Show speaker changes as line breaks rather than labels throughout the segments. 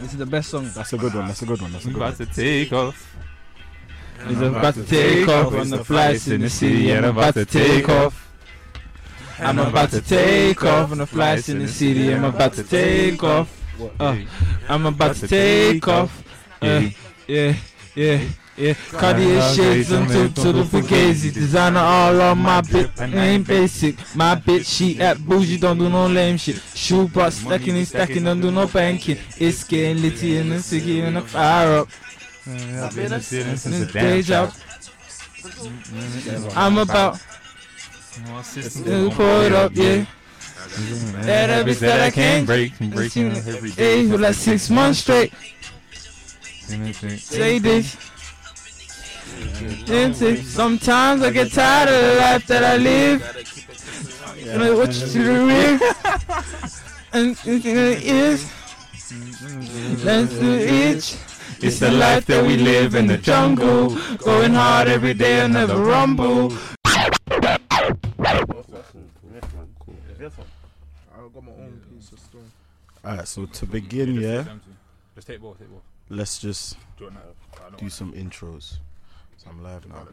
This is the best song.
That's a good one. That's a good one. That's a
I'm
good
about
one.
to take off.
He's about to take off on the flights in the city. I'm about to take off. I'm about to take off on the flights in the city. I'm about to take off. Uh, I'm about to take off. Uh, yeah, yeah. Yeah, Cartier shades and tip to the Fugazi Designer all on my bit, ain't basic My bitch, she act bougie, don't do no lame shit Shoe box stacking and stacking, don't do no banking It's getting litty and it's sticky and a fire up
I've been a student since
This
a damn
day
job.
job. I'm about to pull it up, yeah. That habit
Habits that I can't
break.
break. I'm breaking
Breaking
them every
Hey,
day.
for like six months straight. Say this. Then say, Sometimes I get tired of the life that I live. And I watch it to the rear. And it's in the ears. That's the itch.
It's the life that we live in the jungle.
Going hard every day, I never rumble.
I've got my own piece of stuff.
Alright, so to begin, yeah,
Just take both, take both.
let's just
Do it now.
do some intros. So I'm live now.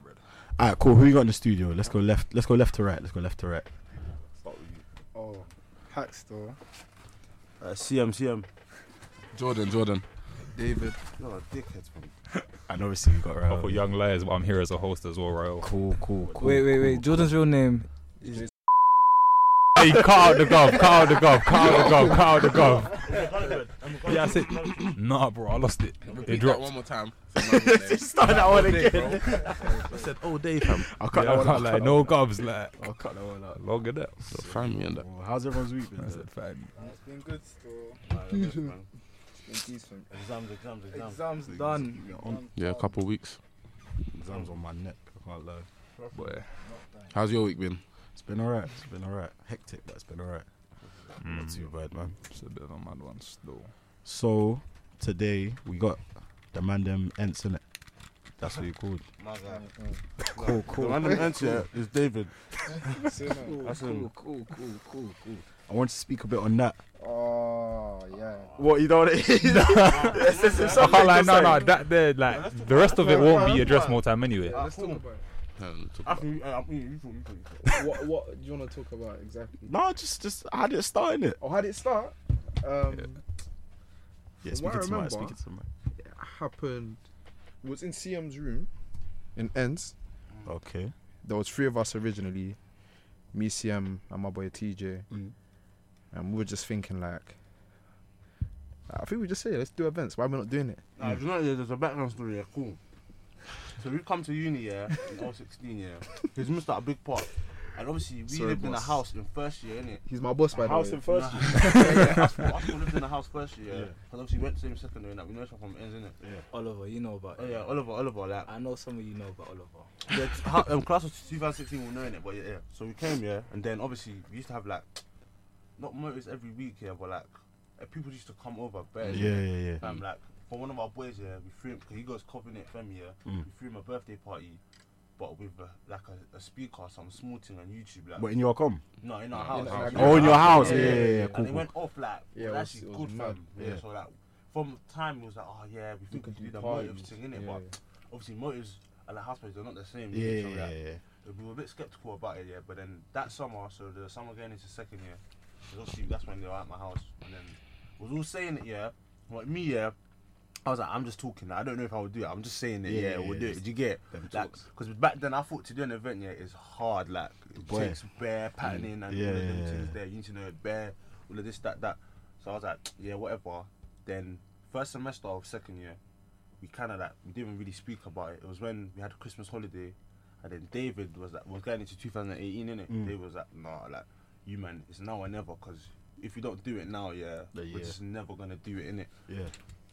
Alright, cool. Who you got in the studio? Let's go left. Let's go left to right. Let's go left to right.
Oh, hack store.
Uh, CM, CM.
Jordan, Jordan.
David.
No, dickheads, man.
And obviously we got
uh,
I for
Raoul.
Young Liars, but I'm here as a host as well, Royal.
Cool, cool, cool.
Wait, wait, wait. Jordan's real name
Is
Hey, cut out the golf, cut out the golf, cut out the golf, cut out the golf. Yeah, I said, nah, bro, I lost it. It
Repeat that
dropped.
one more time. Just
Start that one again.
I said, oh, Dave, fam.
I'll cut
Yeah, I
that one
can't
out.
lie, no gobs, like,
I'll cut that one out.
longer that.
Family and that.
Well, How's everyone's week been?
I said, fam.
It's been good still.
Exams,
It's been decent.
exams, exams.
Exams
done.
done.
Yeah, a couple weeks.
Exams on my neck. I can't lie.
Boy.
How's your week been?
It's been alright. It's been alright. Hectic, but it's been alright. Not too
Mm,
bad, man.
It's a bit of a mad one still.
So today we got the Mandem Ents in it. That's what you called. Cool,
The man that answer is David.
Seen it?
That's him.
cool, cool, cool, cool. I want to speak a bit on that.
Oh, yeah.
What you know what it is? It's- it's- it's
I
Oh,
something,
can't lie,
it's
no, no,
like-
that there, like, the rest of it won't be addressed more time anyway.
Let's talk about it.
Um, to-
I think I think you thought- you thought- you thought.
What, what do you want to talk about exactly?
No, just just how did it start in it?
Or how did Oh, it start? Um,
Yeah,
From what
speaking
I
to my,
remember-
speaking to my.
It happened. It was in CM's room in Ends.
Okay.
there was three of us originally, me, CM, and my boy TJ,
Mm.
and we were just thinking like, I think we just say let's do events. Why are we not doing it?
Nah, if you know, there's a background story. Yeah, cool. So we come to uni, yeah, in all 16, yeah. He's missed out a big part. And obviously, we
Sorry,
lived in a
boss.
house in first year, innit?
He's my boss, by the
house
way.
in first year. yeah, yeah, us four- us four lived in a house first year, yeah. Because obviously, we went to the same secondary, and that we know each other from ends, innit? Yeah.
Oliver, you know about
Oh, yeah, Oliver, Oliver, like.
I know some of you know about Oliver.
Yeah, t- how, um, class of 2016 we're knowing it, but yeah, yeah. So we came here, and then obviously we used to have like, not motors every week here, but like, uh, people used to come over. Bare,
Yeah, yeah, yeah.
Um, like for one of our boys here, we threw him because he goes covenant fam here.
Mm.
We threw him a birthday party, but with uh, like a, a speaker, some small thing on YouTube, like
But in your com?
no, in our house.
our house.
Oh, in your house. Yeah,
yeah,
yeah, yeah.
and
Cool,
it
cool.
went off like
Yeah,
yeah,
it was-
actually
it was
good
mad.
fam. Yeah.
Yeah.
so like from time it was like, oh yeah, we think we
could
could do
do
the
parties.
motives thing
Yeah,
innit, but obviously motives and the house parties are not the same.
Yeah,
innit,
yeah,
so,
yeah.
like,
yeah.
we were a bit skeptical about it, yeah. But then that summer, so the summer going into second year, 'cause obviously that's when they were at my house, and then we was all saying it, yeah. Like me, yeah. I was like, I'm just talking. I don't know if I would do it. I'm just saying it.
Yeah,
Yeah,
yeah,
we'll do
yeah,
it. Do you get?
Them talks.
Because back then, I thought to do an event yeah is hard. Like it
Boy.
takes bare patterning and
Yeah,
all of them
yeah, yeah.
things there. You need to know bare all of this, that, that. So I was like, yeah, whatever. Then first semester of second year, we kind of like we didn't really speak about it. It was when we had a Christmas holiday, and then David was like was going into 2018 in it.
Mm.
David was like, nah, like you man, it's now or never. Cause if you don't do it now, yeah,
Yeah,
we're
yeah.
just never gonna do it in it.
Yeah.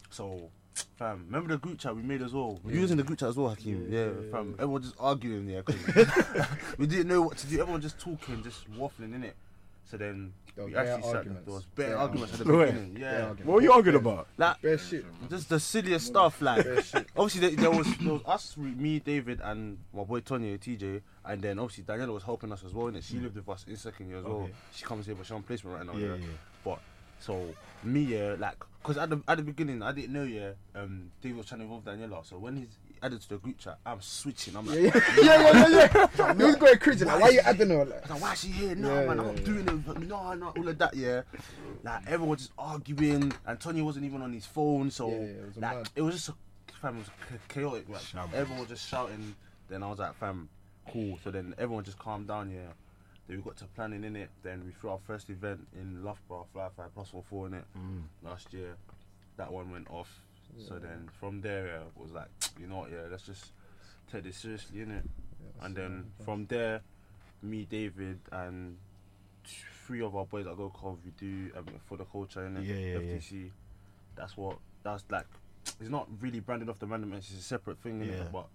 So, fam, remember the group chat we made as well? We was in the group chat as well, Hakeem. Yeah, fam. Everyone just arguing there. 'cause we didn't know what to do. Everyone just talking, just waffling in it. So then
There was
we
bare
actually sat.
arguments.
There was bare
Bare
arguments at the
Wait.
beginning. Yeah.
What were you arguing about?
Like
Bare shit.
just the silliest stuff. Like obviously there, there was there was us, me, David, and my boy Tony, TJ, and then obviously Daniela was helping us as well. And she lived with us in second year as well.
Okay.
She comes here, but she's on placement right now.
Yeah,
Yeah.
yeah.
But so me, yeah, like, cause at the at the beginning I didn't know, yeah. Um, David was trying to involve Daniela, so when he's added to the group chat, I'm switching. I'm like.
Yeah, yeah, yeah, yeah. yeah. He was going crazy. Like, why you adding all that?
Like, why is she here? No, man,
Yeah, yeah,
I'm not
yeah.
doing it. But No, no, all of that, yeah. Like, everyone just arguing, and Tony wasn't even on his phone, so,
Yeah, yeah, it was a
like,
mad-
it was just, a, fam, it was cha- chaotic, like,
Shambles.
everyone was just shouting. Then I was like, fam, cool. So then everyone just calmed down, yeah. Then we got to planning in it. Then we threw our first event in Loughborough, Fly Fly Plus One Four in it
Mm.
last year. That one went off. So then from there, yeah, it was like, you know what, yeah, let's just take this seriously, innit? and then from there, me, David, and t- three of our boys that go cov, we do um, for the culture and
Yeah, yeah, yeah.
FTC. That's what that's like. It's not really branded off the random. It's a separate thing, innit?
Yeah.
but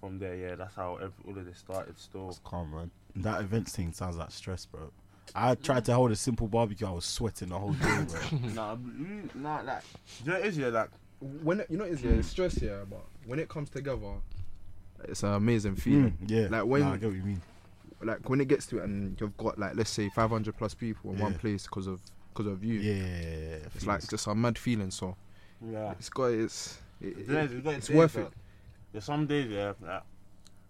from there, yeah, that's how every, all of this started. Still,
It's calm, man. That events thing sounds like stress, bro. I tried to hold a simple barbecue. I was sweating the whole day, bro.
nah, mm, nah, like, do you know what it is, yeah, like,
when it, you know it's, yeah, it's stress yeah, but when it comes together, Hmm. it's an amazing feeling.
Mm, yeah.
Like when
Nah, I get what you mean.
like when it gets to it and you've got like let's say 500 plus people in one
Yeah.
place because of because of you.
Yeah. yeah, yeah, yeah.
It's like just a mad feeling. So
yeah.
it's got it's it,
Do you know what
it-
it is? We've got
it's
days
worth
that-
it.
There's some days, yeah, that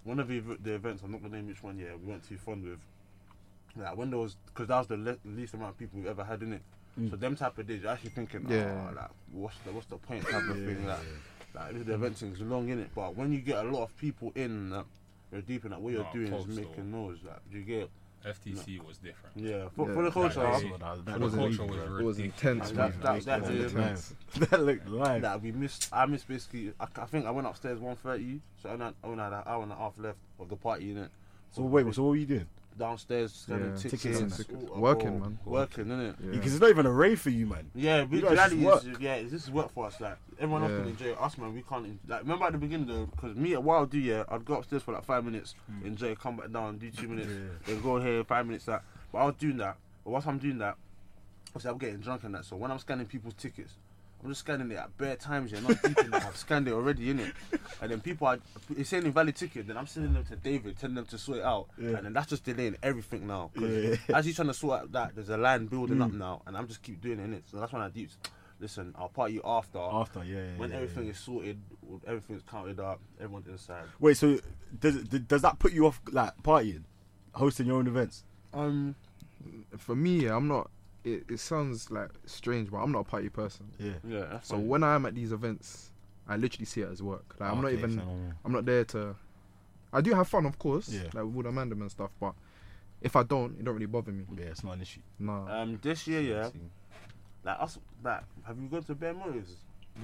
one of the, ev- the events, I'm not gonna name which one, yeah, we weren't too fond with. Like when there was, because that was the le- least amount of people we've ever had in it. So them type of days, you're actually thinking,
Mm. Yeah.
oh, like what's the what's the point type of thing, like, like this- the event thing's long in it. But when you get a lot of people in, like, you're deep in that what you're
Nah,
doing is
pubs
making noise. Like you get,
FTC was different.
yeah, for,
Yeah.
for the culture,
Like,
that,
The
that was
was a
culture was
It
ridiculous.
was intense.
that,
man.
that, that,
That
day,
looked
man,
live. That looked live.
Like we missed, I missed basically. I, I think I went upstairs 1.30, so I had, I only had an hour and a half left of the party in it.
So wait, so what were you doing?
downstairs scanning
Yeah.
tickets,
Tickets and
tickets.
Oh,
Working,
oh,
man.
working, innit?
Yeah.
Because it's not even a rave for you, man.
Yeah, we
You guys
reality
just
is, yeah, this is work for us. Like everyone else
Yeah.
can enjoy it. Us, man, we can't. en- Like remember at the beginning though, because me at Wild do yeah, I'd go upstairs for like five minutes,
Hmm.
enjoy, come back down, do two minutes, then go here five minutes. That, but I was doing that. But whilst I'm doing that, obviously I'm getting drunk and that. So when I'm scanning people's tickets. I'm just scanning it at bare times, yeah, not deep in that. I've scanned it already, innit? And then people are it's saying invalid ticket, then I'm sending them to David, telling them to sort it out.
Yeah.
And then that's just delaying everything now. 'cause
Yeah.
as you trying to sort out that, there's a line building up now, and I'm just keep doing it. Innit? So that's when I do. Listen, I'll party after.
After, yeah. yeah
when
yeah,
everything
yeah.
is sorted, everything's counted up, everyone's inside.
Wait, so does does that put you off like partying, hosting your own events?
Um,
For me, yeah, I'm not. It, it sounds like strange, but I'm not a party person.
Yeah.
yeah. that's
So
fine.
when I'm at these events, I literally see it as work. Like I'm not
Ah, Okay,
even.
so, yeah.
I'm not there to. I do have fun, of course.
Yeah.
Like with all the mandem and stuff, but if I don't, it don't really bother me.
Yeah, it's not an issue.
Nah.
Um, this year, yeah, like us, like have you gone to bear motives?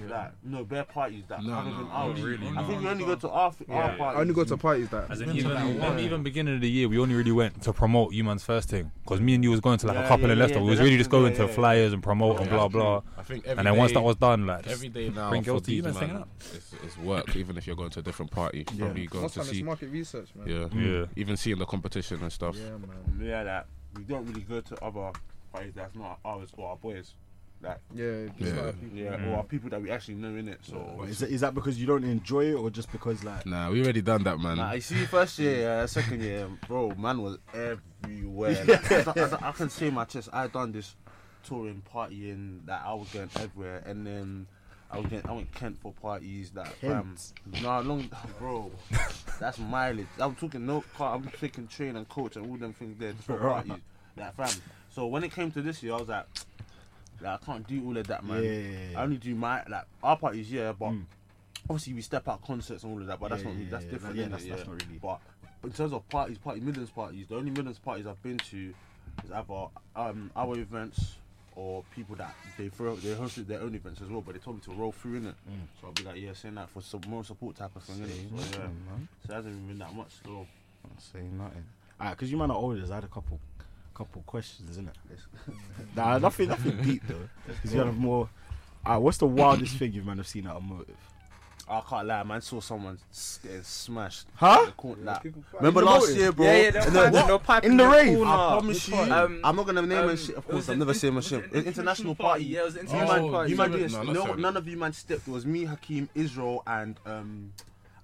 Like no bear parties that
No,
haven't
no,
been
not
out.
really,
I
no.
think we only go to our, our
Yeah.
parties.
I only go to parties that.
As in,
Yeah.
even,
Yeah.
even, even beginning of the year, we only really went to promote Human's first thing because me and you was going to like
Yeah,
a couple
yeah,
of left
yeah,
over.
the
We was really
left
just
one,
going
yeah,
to
yeah.
flyers and promote and
Yeah,
blah
that's true.
blah.
I think every
And then once
day-
that was done, like just-
Every day now,
bring
for
girls to
these
events, hang
man,
out.
It's, it's work, even if you're going to a different party.
Yeah.
Probably going
Most
to
time it's
see,
market research, man.
yeah,
Yeah.
even seeing the competition and stuff.
Yeah, man.
Yeah, like we don't really go to other parties that's not ours or our boys. Like
Yeah. it's
Yeah.
not a people-
yeah, or our people that we actually know in it. So.
But Is, that, is that because you don't enjoy it or just because like
Nah, we already done that, man.
Nah, you see, first year, yeah, second year, bro, man was everywhere. Like, I, I, I, can say in my chest. I done this touring, partying, that I was going everywhere, and then I was getting, I went Kent for parties. That um, nah, long, bro, that's mileage. I'm talking no car. I'm taking train and coach and all them things there for parties. That fam. So when it came to this year, I was like, like I can't do all of that, man.
Yeah, yeah, yeah, Mm. yeah.
I only do my like our parties, yeah, but. Obviously, we step out concerts and all of that, but that's
Yeah,
not really,
yeah,
that's
yeah,
different.
yeah,
innit?
that's- that's not really-
But in terms of parties, party Midlands parties, the only Midlands parties I've been to is either um, our events or people that they throw, they hosted their own events as well, but they told me to roll through in it.
Mm.
So I'll be like, yeah, saying that for some more support type of thing. innit? So, yeah. so it hasn't even been that much though.
say nothing? Alright, because you might not olders. I had a couple, couple questions, isn't it? nah, nothing, nothing deep though. Because you have more. Alright, what's the wildest thing you man have seen at a motive?
I can't lie, man. Saw someone s- getting smashed.
Huh?
In the corner, like- Remember last year, bro?
Yeah, yeah, they're
And then-
finding no pipe
in the
rain.
rave. I promise you.
Um,
I'm not gonna name
um,
my shit. Of
it was
course, I'm
an
never
in-
saying my
was it
shit.
an
It was international party.
Yeah, it was an
You
international
man,
party.
you man, do this.
No,
No,
not sorry.
none of you man stepped. It was me, Hakeem, Israel, and um,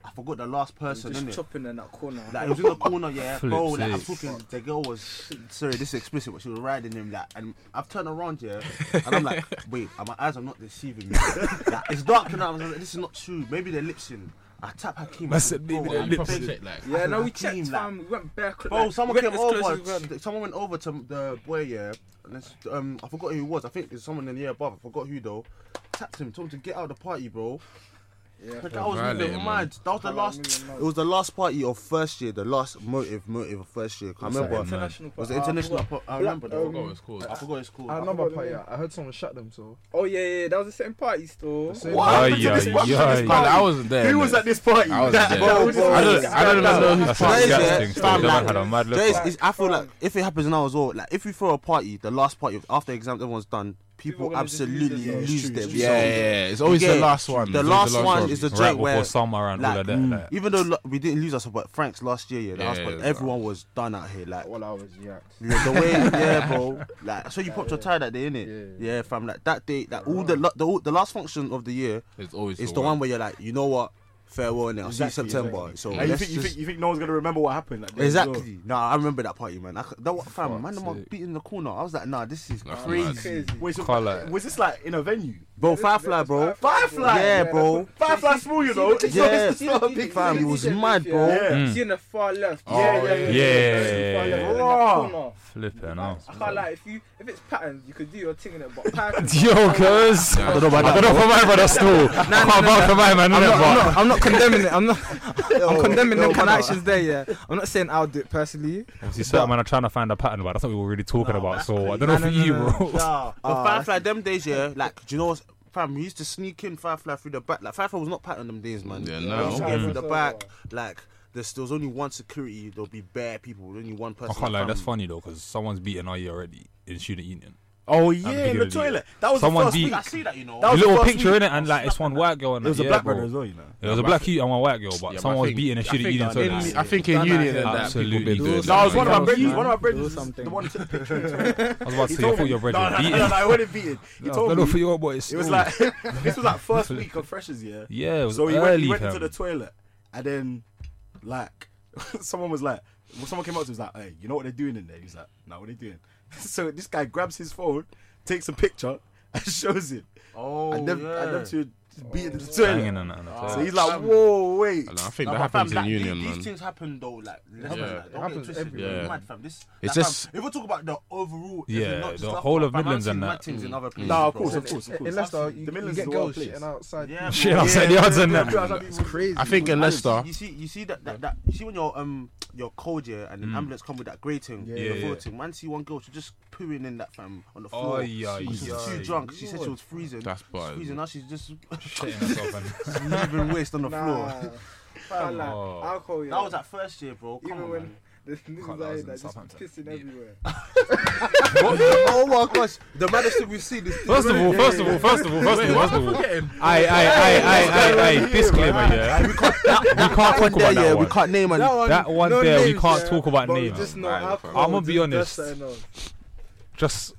I forgot the last person.
Just
innit?
chopping in that corner.
Like it was in the corner, yeah,
Flip
bro. Like I'm
sake.
talking, the girl was sorry, this is explicit, but she was riding him like, and I've turned around, yeah, and I'm like, wait, are my eyes are not deceiving me. like, it's dark and I was like, this is not true. Maybe they're lip sync. I tap Hakeem. I said, maybe
And proper check, like,
yeah, no, we
Hakeem,
checked,
like-
fam. We went bare.
Bro, Oh, someone came over.
Well.
Someone went over to the boy, yeah. And it's, um, I forgot who it was. I think it's someone in the year above. I forgot who though. Tapped him, told him to get out of the party, bro.
Yeah.
Like, I was
Violating,
moving
man.
mad. That was the
How
last.
long moving mad?
It was the last party of first year. The last motive, motive of first year. I remember.
International
It was
party.
an international. po- I remember
I
though.
forgot what it's called.
I forgot it's called.
I
I
remember
forgot-
party. I heard someone shut them. So
Oh yeah, yeah, that was the same party still.
The same-
What
Ay,
happened to this-
ay,
what happened to
ay.
this
Carl,
party?
I wasn't there.
who was
innit?
at this party?
I was there.
Bro, bro,
I don't, I don't even know who's
That's
Jay's
part.
there.
disgusting. Still,
Fam,
that
like-
had a mad look.
Jay's- it's- I feel like if it happens now as well, like if we throw a party, the last party after exams, everyone's done. People,
People are gonna just
absolutely
lose
lose their
Yeah, yeah, yeah. It's always
You get
the
it?
last one.
The
It's always
last one is the
Right
joke where,
before summer and all
like, mm.
of that. like.
even though like, we didn't lose us, but Frank's last year, yeah, the
Yeah,
last party,
yeah,
everyone was done out here. Like
All I was yacked.
Yeah, the way, yeah, bro. Like, so you popped your tie that day, innit? Yeah, fam. Like that day, like all the lo- the, all, the last function of the year
It's always
is the one where you're like, you know what, farewell now. See you
Exactly,
September. So
And you
let's
think, you,
just-
think, you think no one's gonna remember what happened? that day as well?
exactly. Nah, I remember that party, man. I, c- that what, fam, man, them are beating the corner. I was like, nah, this is
That's
crazy,
Crazy.
Wait, so
Colour.
was this like in a venue?
bro. Firefly, bro.
Firefly?
yeah, bro.
Firefly small, you know. It's not-
Yeah,
it's not a big
fam,
fan.
it was mad, bro.
Yeah.
Mm.
See in the far left.
Oh, yeah,
yeah, yeah, yeah,
In that
yeah.
corner.
Flipping out.
I can't lie. If you if it's patterns, you could do your thing in it, but patterns.
Yo, cuz. I don't know for my brother still. I can't vouch for my man.
I'm not, I'm
innit,
not, I'm not condemning it. I'm not. I'm condemning
yo,
them kind
man,
of actions there. Yeah, I'm not saying I'll do it personally.
but- See, certain man are trying to find a pattern, but that's not what we were really talking about. So I don't
Nah,
know for
nah, nah,
you,
nah.
bro.
Nah, but Firefly, them days, yeah. Like, do you know what? Fam, we used to sneak in Firefly through the back. Like, Firefly was not patterned them days, man.
Yeah,
We used to
no.
get through the back. Like, there's, there was only one security. There'll be bare people. Only one
I
person.
can't lie, that's
fam.
funny though, because someone's beaten our year already in student union.
Oh
At the
yeah, in
beginning
the
of the year.
toilet. That was
Someone
the first
beat-
week.
I see that, you know.
That
A
was
little
the first
picture
week.
in it, and like it's one white girl and
It was
yeah,
a black
bro.
brother as well, you know.
It was a black youth and one white girl, but
Yeah, but I
someone was
think-
beating a
I
student
think
union.
that-
toilet.
I think in union and that
Absolutely.
people been doing
Do
No, it was
that,
one of my
man.
bridges. One of my
Do
bridges.
something.
The one who took the picture.
I was about to
He
say, I
told
thought
me.
your
No,
bread
no,
was
no,
beaten.
no, no, it wasn't beaten. He
No, I
told
don't know for
me.
you, but it's
It was
still-
like this was like first week of freshers year.
yeah, it was
So he went,
early.
he went into
fam.
the toilet, and then, like, someone was like, well, someone came up to him was like, hey, you know what they're doing in there? He's like, no, what are they doing? so this guy grabs his phone, takes a picture, and shows it.
Oh,
and them,
yeah.
and them two just beat in the
Oh, Banging
toilet.
and that and the
So
toilet.
he's like, whoa, wait.
And I think
Nah, but
that happens
fam,
in
like, the-
union,
these,
man.
things happen though, like, let's like,
happens- it
don't
happens
get twisted,
everywhere.
man.
Yeah.
Mad, fam. This,
It's
like, fam,
just-
if we talk about the overall,
Yeah,
it's not just
the
stuff,
whole of
fam, I've
Midlands
seen
and
mad
that. Mm.
things in other places.
Nah, of
bro.
course, of course, of
in
course.
Leicester, you,
The
you
Midlands
get
is a wild
girls
place.
shitting outside.
Yeah,
Shit
bro.
outside the yards and that.
it's crazy.
I think in Leicester,
You see, you see that, that, that you see when your um your cold yeah and an ambulance come with that grating, yeah,
Mm. Yeah,
the
yeah.
floor thing. Man, see one girl she just pooing in that fam on the floor.
Oh, yeah,
she was
yeah.
too drunk. She said she was freezing.
That's
She's
bad.
Freezing. Now she's just
Shitting herself and-
leaving waste on the
Nah,
floor.
can't lie.
Oh.
Alcohol. Yeah.
That was that first year, bro. Come
even
on,
when
man.
the
lie,
niggas
I
out
was
here
in
that just
Southampton.
pissing
Yeah.
everywhere.
oh my gosh, the maddest thing we've seen is
First of all, first of all, first of all, first of all, first of all. Aye, aye, aye, aye, aye, aye. Disclaimer, yeah. We can't talk about
there, yeah,
that
we
one.
can't name and
one,
That one
no
there, we
names,
can't
yeah,
talk about
but we
names.
Just no
Right, okay.
alcohol.
I'ma be
just-
honest.
that's something else.
Just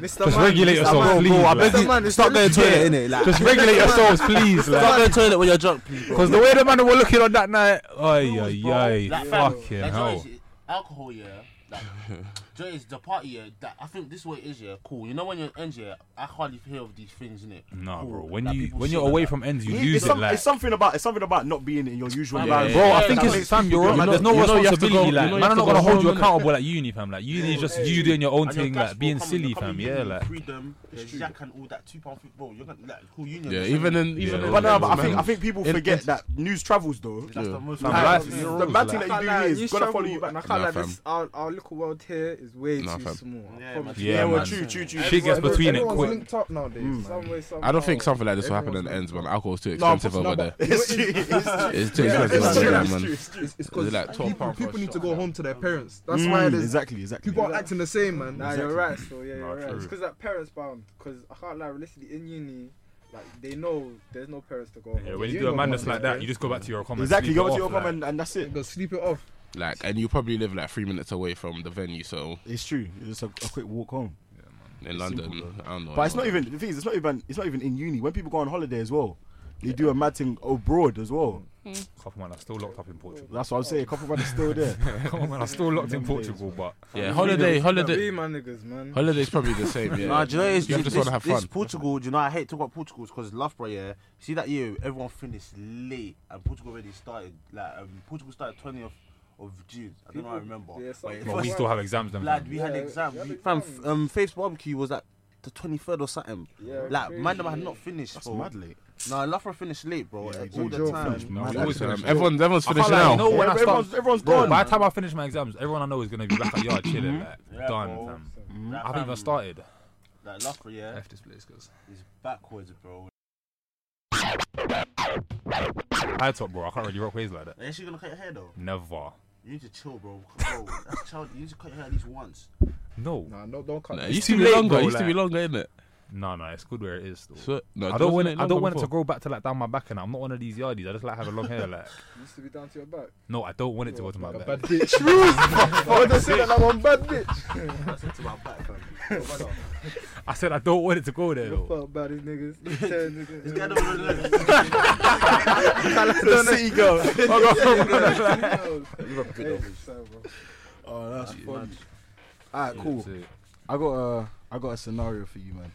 Mr.
Just regulate yourself, please. like.
Mr. Man, it's
stop going to
Yeah.
it, innit? Like,
Just regulate yourselves, please.
stop
Like,
going to toilet when you're drunk, please, bro.
because the way the man were looking on that night, ay,
rules, bro.
ay,
Like,
ay,
fam,
fucking
like,
hell.
Joy's Alcohol, yeah. Like, Joy is the party, yeah. That I think this way is, yeah. Cool. You know when you're in yeah, I hardly hear of these things, innit?
Nah,
Cool.
bro. When
Like,
you
people
when
say
you're
that,
away
like,
from ends, you
It-
lose
it's,
it.
some-
Like,
it's something about it's something about not being in your usual
Yeah,
environment.
bro, I think
that
it's
makes
fam. You're on.
like,
There's no
you know you have to
responsibility.
go-
Like,
you know you
man, I'm
have to
not gonna
go
hold you
home, innit?
accountable at uni, fam. Like, uni is just you doing your own
And your
thing,
gas
like
will
being
come in,
silly,
come in,
fam.
you
Yeah,
can
like.
freedom, there's Jack and all that two pound foot bro. You're gonna like cool union.
yeah,
you're
even
saying,
in even
Yeah.
in
But no, but I
Leicester,
think I
man.
think people
In-
forget
in-
that news travels though.
that's
Yeah.
the most.
Fam,
Like,
life
Like,
is
you're-
the bad thing
I
that you
can't
do
lie,
here
you
is gonna
struggle,
follow you
but
back.
I can't
Nah,
lie,
fam.
this- our, our little world here is way
Nah,
too
fam.
small. I
Yeah,
promise
man.
you.
Yeah,
Yeah, well,
man.
true, true, true.
She gets
Everyone's
between it quick.
linked up nowadays.
Mm.
Some way, some
I don't
how.
think something like this will happen in ends, man. Alcohol's too expensive
no,
over there.
but- It's true, it's true.
It's too
Yeah,
expensive
it's
over
true,
there,
it's
man.
It's because
Is it like twelve
people,
pound for a
people need to
shot?
go home to their parents. That's
Mm,
why there's
exactly, exactly.
people are acting the same, man.
Nah, you're right. So yeah, you're
Nah,
right.
true.
It's because that parents bound. Because I can't lie, realistically, in uni, Like they know there's no parents to go. home.
Yeah, when you
You
do a
ain't
madness
got
like that, you just go back to your comments.
Exactly,
sleep
go
it
back to
off,
your
like-
mum and, and that's it.
Go sleep it off.
Like, and you probably live like three minutes away from the venue, so
It's true. It's just a, a quick walk home.
in
Simple,
London, I don't know.
But it's not even the thing is, it's not even it's not even in uni. When people go on holiday as well, they do a mad thing abroad as well.
Couple man, I'm still locked up in Portugal.
That's what I'm saying. A couple of them are still there.
Couple man, I'm still locked in Portugal, but
Yeah, holiday, holiday,
We my niggas, man.
holiday's probably the same. Yeah.
Nah, do you know it's,
You
it's,
just wanna have
it's
fun.
Portugal. Do you know I hate talking about Portugal because Loughborough. Yeah, see that year everyone finished late and Portugal already started. Like um, Portugal started twentieth of June. I don't know. I remember.
Yeah,
but it
something
well,
first-
we still have exams. Then
Lad, we had
Yeah,
exam.
we had
We, fam,
exam.
f- um, Faith's barbecue was like the 23rd or something.
Yeah,
like,
crazy.
man, them had not finished.
That's
bro.
mad late.
Nah, Loughborough finished late, bro. eh,
Yeah,
all
we
the
don't
time.
finish mad
we
late.
always finish.
Everyone's everyone's finished
I
now.
can't lie, you know when I
everyone's-
start-
everyone's
Bro,
gone.
By the time I finish my exams, everyone I know is gonna be back at yard chilling, like
Yeah,
done. fam.
bro. Like,
I haven't
fam,
even started.
Like, Loughborough, yeah,
F this place, cause
is backwards, bro.
high top, bro. I can't really rock waves like that.
Are you actually gonna cut your hair, though?
Never.
You need to chill, bro. Come on, that's child. You need to cut your hair at least once.
No,
Nah, no, don't cut.
Nah,
that.
it used
too
to be
late,
longer.
bro,
It used to be
like-
longer, innit?
no, no. It's good where it is. Though.
So, no,
I don't want it.
wasn't
I don't want it to
longer
grow back to like down my back, and I'm not one of these yardies. I just like having long hair. Like,
Used to be down to your back.
no, I don't want it to go to my
Like a
back.
bad bitch. What the shit? Like one bad bitch.
That's it to my back, fam.
I said I don't want it to go there.
Give a
Though.
fuck about these niggas. These ten niggas.
This guy don't really know.
The city girl.
You're a bit
Oh, that's
Yeah,
fun.
mad.
Alright, cool.
So,
I got a, I got a scenario for you, man.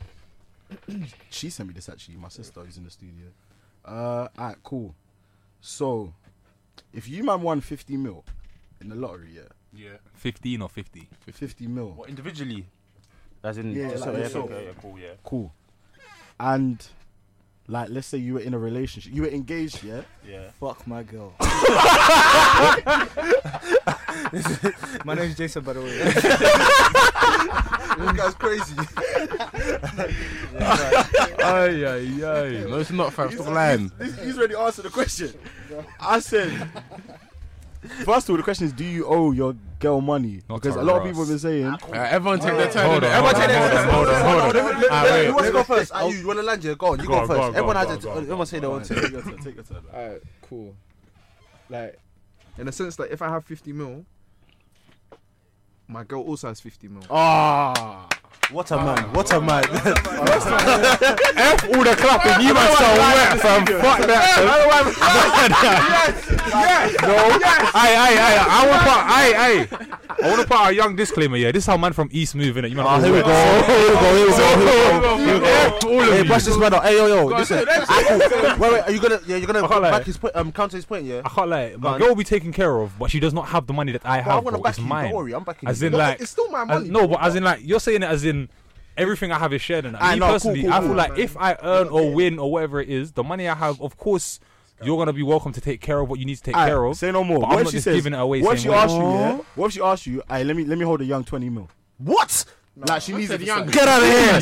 she sent me this actually. My sister who's in the studio. Uh, alright, cool. So, if you man won fifty mil in the lottery, yeah,
Yeah.
Fifteen or fifty.
fifty mil,
What, individually? As in,
Yeah,
just
like
yeah,
yourself.
okay, yeah, cool, yeah.
cool. And like, let's say you were in a relationship, you were engaged, yeah.
Yeah.
Fuck my girl.
My name's Jason, by the way.
This guy's crazy.
Ay, ay, ay. No, it's not, fam. Stop lying.
This, he's already answered the question. I said. First of all, the question is: Do you owe your girl money?
Not
because
to
a lot of
Ross.
people have been saying,
Uh, everyone take their turn.
Hold
innit?
on,
Everyone
hold
take
on,
their turn.
hold on, hold on, hold on. Ah,
you
wait.
want to go first? Are you, you want to land here? Go on, you
Go
go,
on, go
first.
on, go
everyone
on,
has
go on,
it.
go on.
Everyone say their own.
take your turn, take your turn.
Alright, cool. Like, in a sense, like if I have 50 mil, my girl also has 50 mil.
Ah,
What a man! What a man!
F all the clapping. You must sound wet, fam. Fuck that. No. Aye, aye, aye. I want to put. Aye, aye. I want to put a young disclaimer. Yeah, this is how man from East moving it. You man.
Ah,
Oh, here we go. Here we go. Here we go. Here we go. F all of
Hey,
you.
brush this man out. Hey, yo, yo. Listen. Wait, wait. Are you gonna? Yeah, you're gonna
I can't lie.
back his point. Um, counter his point. Yeah.
I can't lie.
Go
My
on.
girl will be taken care of, but she does not have the money that I
Bro, I'm
have.
gonna
bro.
back
It's
you.
mine.
Don't worry, I'm backing
As
you.
in, like,
it's still my
as,
money.
no, but as in, like, you're saying it as in. Everything I have is shared, and that.
Aye,
me
no, cool,
personally,
cool,
I
cool,
feel like
man.
if I earn or win or whatever it is, the money I have, of course, you're gonna be welcome to take care of what you need to take
Aight,
care of.
Say no more.
But
what
I'm
if
not
she
just
says,
giving it away same
What if she
way.
asks you? Yeah? What if she asks you? Aye, let me let me hold a young twenty mil.
What?
like she needs it.
said
for
young.
sex.
Get out of here!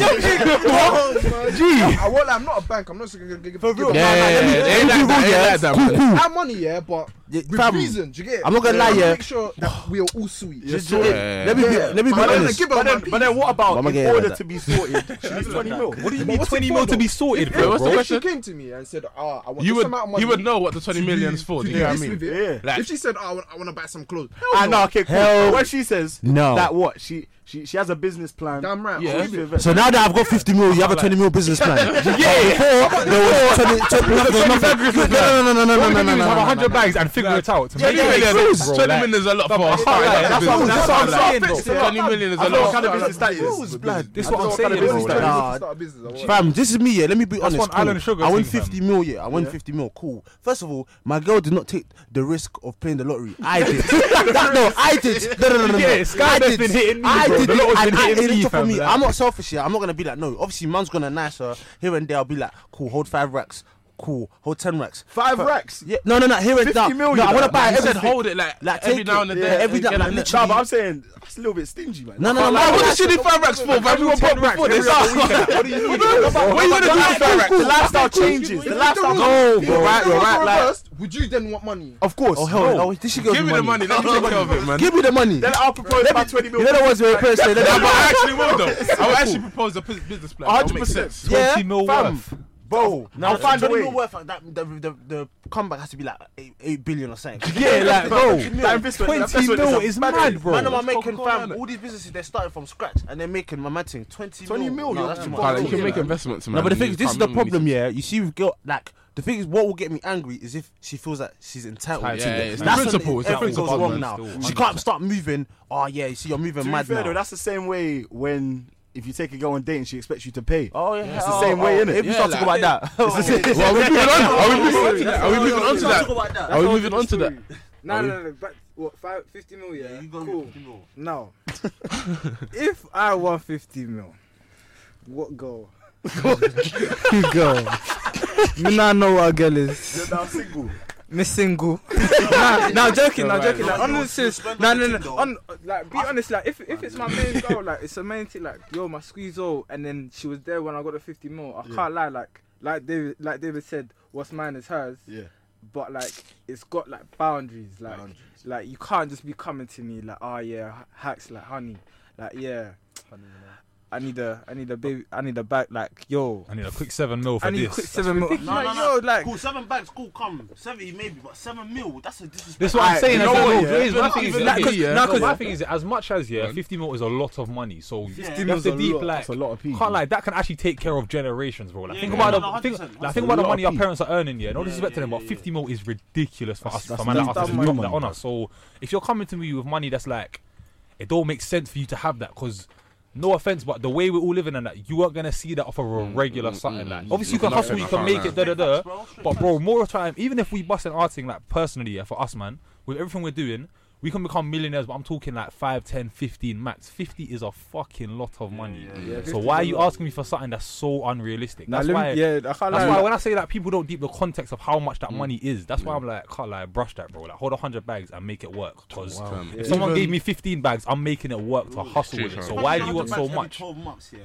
I won't. lie, I'm not a bank. I'm not just gonna give give- give-
Yeah, yeah, yeah. It ain't like Eh, that, Eh, it ain't like that,
I
man.
have money, yeah, but
Yeah,
with
fam,
reason. Do you get it?
I'm not gonna
Yeah,
lie, yeah.
Make sure that we are all sweet.
Just-
Yeah.
just- Let me be.
Yeah.
Let me be
But then,
honest.
give her
But then,
my
but then what about
Mama
in
get it
order
like
to be sorted? She needs twenty mil.
What do you
But
mean
what's it
20
for,
mil to
though?
be sorted,
Wait,
bro?
what's the
bro?
If she
question?
came to me and said, "Ah, I want
You
this amount of
would,
money,"
you would know what the 20 million's for. Do you
do
know what I
this
mean?
with it.
Yeah.
Like,
if she said, "Ah, "I want, I want to buy some clothes," hell
I
no.
know. Ah, Okay, cool.
Hell
What if she says
no.
that what she she she has a business plan.
Damn right.
Yeah.
I'll leave it.
So now that I've got 50 mil, you have a 20 mil business plan. yeah. Before there was 20, 20 no, there's nothing. No, no, no, no, no,
All
no,
we
no,
can do
no,
is have
no, no,
100
no.
bags and figure it out.
Yeah, yeah, yeah,
It's
20 million is a lot for us.
that's what- that's what I'm saying, though.
20 million is a
know what
lot.
kind of business that is.
Rules, blood.
This
I
what
don't
I'm
know
saying,
kind of business
bro.
that is.
Nah.
Just start a business, I want-
Fam, this is me, yeah. Let me be
That's
honest.
one Island
cool.
Sugar
I won
thing, fam.
50 mil, yeah. I won 50 mil. Cool. First of all, my girl did not take the risk of playing the lottery. I did. That- no, I did. No, no, no, no. no.
Yeah, Sky
I
that's
did.
been hitting me,
I
bro.
did.
The
it,
lotto's
and
been
I-
hitting
it's
me,
just for
E, fam,
me.
like-
I'm not selfish here. I'm not gonna be like, no. Obviously, man's gonna nice her here and there. I'll be like, cool. Hold five racks. Cool. Hold ten racks.
Five racks.
Yeah. No, no, no. Here and
50
there.
mil,
No,
you
I
know.
wanna buy
I said
everything.
hold it, like,
Like,
every
take
now
it,
and
yeah,
then.
every now-
again,
like,
innit?
literally-
No, but I'm saying that's a little bit stingy, man.
No, no, no.
Like,
man,
what
I
does she need five racks for? Fam, we were broke before this. What are you going to do with five racks?
The lifestyle changes. The lifestyle.
No, bro.
If the
Right,
rules
right,
were
like,
reversed, would you then want money?
Of course.
oh hell, no. This should go
Give me the money. Let me take care of it, man.
Give me the money.
Then I'll propose about twenty mil.
In other words, we're person.
No, but I actually would though. I would actually propose a bus- business plan. That would make
100%.
sense.
Yeah,
20 mil
fam.
worth.
Bro,
Now
now
find
find
a
twenty
way.
mil worth. Like that the, the the comeback has to be like eight, eight billion or something.
Yeah, like, bro,
That investment- that
20
investment
mil
a
is mad, bro.
Man, am I
That's
making
Coca-Cola,
fam?
innit?
All these businesses they're starting from scratch and they're making my man thing twenty.
20 mil,
No,
you're
that's too
too
much.
far.
Like, you can make investments, man.
No, but the
You
thing is, this
can't
is the
remember these
problem. Yeah, you see, we've got like the thing is, what will get me angry is if she feels that she's entitled
Entitled,
to
yeah,
it.
it's the
That's when
principle, it's the
Everything goes
principle,
wrong
man,
now.
still,
She can't start moving. Oh yeah, you see, you're moving
To be
mad
fair
now.
though, that's the same way when if you take a girl on date and she expects you to pay.
oh yeah,
It's the same way, innit?
If you start
Yeah,
talking about that, it's the same.
Well, are we moving on? Are we moving on to that? Are we moving on to that?
that?
Are we moving on to that?
No, no, no, no. Back, what, five, 50 mil, yeah?
Yeah, you go
cool.
50 mil.
Now, if I want 50 mil, what girl?
Good girl. Me not know what a girl is.
Now single.
Me single. nah, nah, joking, nah, joking. Like,
Right.
on the serious.
Spend
Nah,
on
no,
the
no.
thing,
On,
Like, be honest, like, if, if it's my main girl, like, it's a main thing, like, yo, my squeeze all, and then she was there when I got the 50 mil, I can't lie, like, like David, like David said, what's mine is hers,
Yeah.
but, like, it's got, like, boundaries, like, like, you can't just be coming to me, like, oh, yeah, hacks, like, honey, like, yeah. I need a, I need a baby, I need a back, like, yo,
I need a quick seven mil for
I need
this.
quick seven mil.
No, no,
Like,
no.
yo, like,
Cool, seven bags, cool, come. 70 maybe, but seven mil, that's a disrespect.
This is what I'm saying.
you
as
know
well.
what, yeah?
Here's my
Not
thing is
even
that-
lucky,
because-
yeah.
no, 'cause
Come
my
on.
thing is as much as yeah, 50 mil is a lot of money. So
Yeah.
you have to
That's a
deep
lot-
like
that's a lot of people.
Can't like that can actually take care of generations, bro. Like
Yeah,
think
yeah,
about
no,
the think,
100%.
like,
That's
think
a
about the
lot
money
of
our
people.
parents are earning. Yeah, no
Yeah,
disrespect to
yeah,
them, but
yeah,
50 mil is ridiculous for us
that's
for man like
dumb
us to
money,
drop that
man.
on us. So if you're coming to me with money that's like, it don't make sense for you to have that because. No offense, but the way we're all living and that, you aren't gonna see that off of a regular something. like, obviously you
mm,
can
no,
hustle,
no,
you
no,
can
no,
make
no.
it, da da da.
Bro, straight
uh, But bro, more time, even if we bust an arting like personally, yeah, for us man, with everything we're doing, we can become millionaires, but I'm talking like 5, 10, 15 max. 50 is a fucking lot of money. So why are you asking me for something that's so unrealistic?
Nah,
That's
let Mm. me-
why
yeah, I can't lie.
that's why when I say that people don't deep the context of how much that money is, that's why I'm like, can't like brush that, bro. Like hold a hundred bags and make it work. Because if someone gave me 15 bags, I'm making it work to hustle with it. So
Imagine
why do you
100
want so
bags every
much?
12 months, yeah.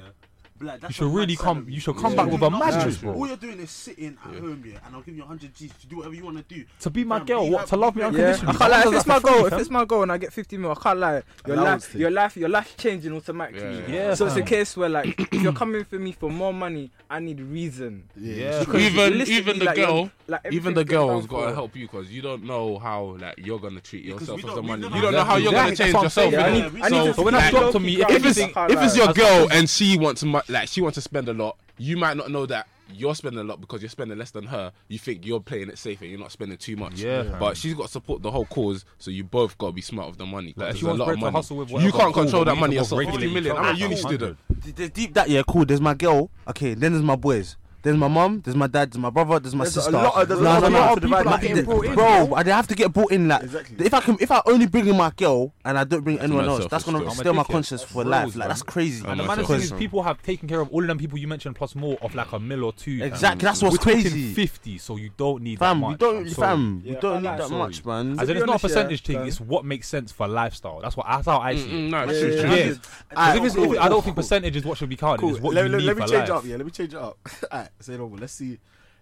But like, that's
You
a
should really
mad
come.
salary.
You should come
Yeah.
back with a
Nothing.
mattress, bro.
All you're doing is sitting at home, yeah, and I'll give you 100 G's to do whatever you want to do.
To be my
Fam,
girl,
be
what?
happy,
To love
be
me
happy.
Yeah,
unconditionally.
I can't lie. If it's my
That's free,
goal, if
fam.
it's my goal and I get 50 mil, I can't lie. Your
Allowance
life,
thing.
your life, your life's changing automatically.
Yeah.
Yeah,
so it's a
fam.
case where like, if you're coming for me for more money, I need reason.
Yeah.
Because
Even-
realistically,
even the
you're-
girl-
like,
Even the
everything's going
girl's
down
got to
for-
help you because you don't know how like you're gonna treat
Because
yourself
we don't-
as the
we
money.
don't
You
know
don't know
how
how
to
you're
do
gonna
that.
change
That's what I'm
yourself.
Yeah, I
Yeah,
need,
innit?
we
I need
don't.
to
So when I
like,
dropped on me,
low-key
If it's
grind, I can't
if it's
lie.
your girl and she wants mu- like she wants to spend a lot, you might not know that. You're spending a lot because you're spending less than her. You think you're playing it safe and you're not spending too much.
Yeah, fam.
but she's got to support the whole cause, so you both got to be smart with the money.
Like,
Like,
if
there's
you
a
want
lot
bread
of
to
money.
hustle with,
you
whatever,
can't control
cool, but
that
you
money
need to
yourself.
regulate
50 million.
yourself.
I'm a uni student.
There's deep that, yeah, cool. There's my girl. Okay, then there's my boys. There's my mum, there's my dad, there's my brother, there's my
There's a
sister.
lot of- there's a lot of people
no,
that
my-
get
the-
brought in,
bro, I have to get brought in. Like,
Exactly.
if I can, if I only bring in my girl and I don't bring anyone
mad
else, that's gonna
self-esteem.
stir my
I'm a dickhead.
conscience for
That's
life.
rules,
Like,
man.
that's crazy.
I'm
And the
Oh,
man
myself.
thing is,
Because-
people have taken care of all of them people you mentioned plus more of like a mill or two. fam.
Exactly, that's what's
We're talking
crazy.
Fifty, so you don't need
Fam,
that much.
we don't,
I'm sorry.
fam, we
Yeah,
don't
I'm
need that
sorry.
much, man.
As
To
in,
be
it's not a
honest, yeah,
percentage thing.
fam.
It's what makes sense for lifestyle. That's what that's how I see.
Mm,
it.
No,
Yeah,
it's true.
yeah,
true.
Yeah. Because
Alright,
if it's,
cool,
if it, I
cool,
don't think percentage is what should be counted.
Cool.
It's what
let,
you
let-
need
let me
for
change
life.
it up. Yeah, let me change it up. Alright, say no more. Let's see.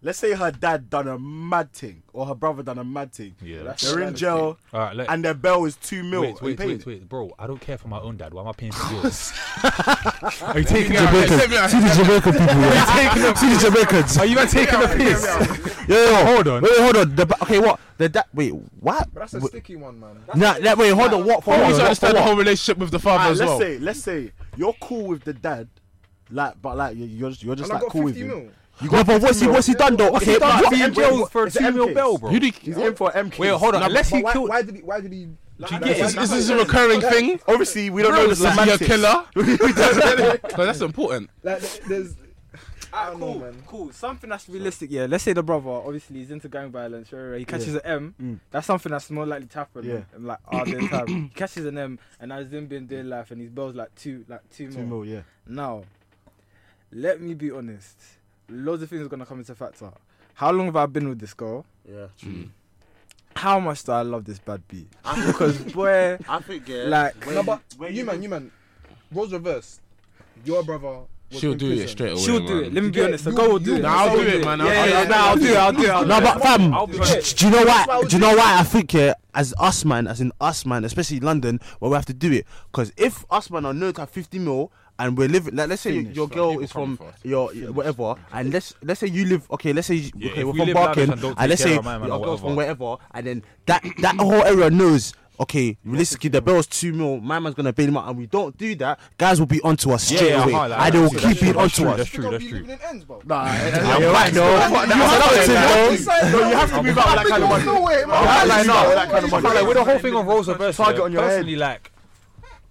Let's say her dad done a mad thing, or her brother done a mad thing.
Yeah.
They're in jail,
All right, let,
and their bail is two mil.
wait,
Are you
wait,
paying
wait,
it?
wait, bro. I don't care for my own dad. Why am I paying for yours? Are you
Take
taking
me
the
out,
piss?
take me out.
Jamaican people. Yeah. See the Jamaicans.
Are you man taking the piss?
Yo, yo, yo,
Hold on.
wait, hold on. The, ba- okay, what? The da- wait, what?
But that's a
Wait,
sticky one, man.
Nah, nah, wait, hold on. What? For
You
what?
also
What?
understand the whole relationship with the father
Alright,
as
let's
well.
say, let's say you're cool with the dad, like, but like you- you're just, you're just
And I
like
got
cool with
50
him.
mil.
You
Yeah, but what's he, what's he done though? Okay,
done
but-
for
Being
M-
jailed for a
it's a
two mil
M
bail,
case.
bro.
You do,
He's in for M.
Wait, hold on. Unless
But
he
why,
killed.
why did he? Why did he?
Do you
like,
get
is,
it?
is this a recurring thing?
Obviously, we don't
Bro,
know the
is this a
semantics.
killer? Because that's important.
Like, there's. I
Ah,
don't know,
cool,
man.
cool. Something that's realistic, yeah. Let's say the brother, obviously, he's into gang violence. Right, right. He catches an M.
Mm.
That's something that's more likely to happen.
Yeah.
And like, all the time, he catches an M, and now he's been doing day life, and his bell's like two, like two,
Two
more.
mil, yeah.
Now, let me be honest. Loads of things are gonna come into factor. How long have I been with this girl?
Yeah,
How much do I love this bad B? Because boy,
I think yeah.
like,
No, but you man, you man, roles reversed. Your brother. Was
She'll
in
do
prison.
it straight away.
she'll do
man.
it. Let me
You
be
get-
honest. The
you-
girl will do
you-
it.
Nah, I'll
I'll
do it, man. I'll
Yeah,
do
yeah,
it.
nah, I'll do it. I'll do it. I'll
No,
do it.
but fam,
I'll be
do,
honest.
do you know
why I
why?
would
Do you
do
know
it.
why I think yeah, as us man, as in us man, especially London, where we have to do it. Because if us man are known to have fifty mil and we're living. Like, let's say
Finished,
your
like,
girl
people
is from
coming for us.
your whatever, and let's let's say you live. Okay, let's say you-
Yeah,
okay,
if
we're
we
from
live lavish
Barking,
and don't
and let's
take
say
care
your
of my man or
girl's from wherever, and then that that whole area knows. Okay, realistically, the bill's two mil. My man's gonna bail him out, and we don't do that. Guys will be onto us
Yeah,
straight
yeah,
away,
I like
and
that.
they will
That's
keep
true,
it
that's
onto
true,
us.
that's true, that's true.
Nah,
You're right, no. That's another thing, though.
No, you have to move out with that kind of money. No way,
Yeah, like, no,
that kind of money.
Like, with the whole thing of roles reversed,
Target
yeah,
on your head.
personally, like,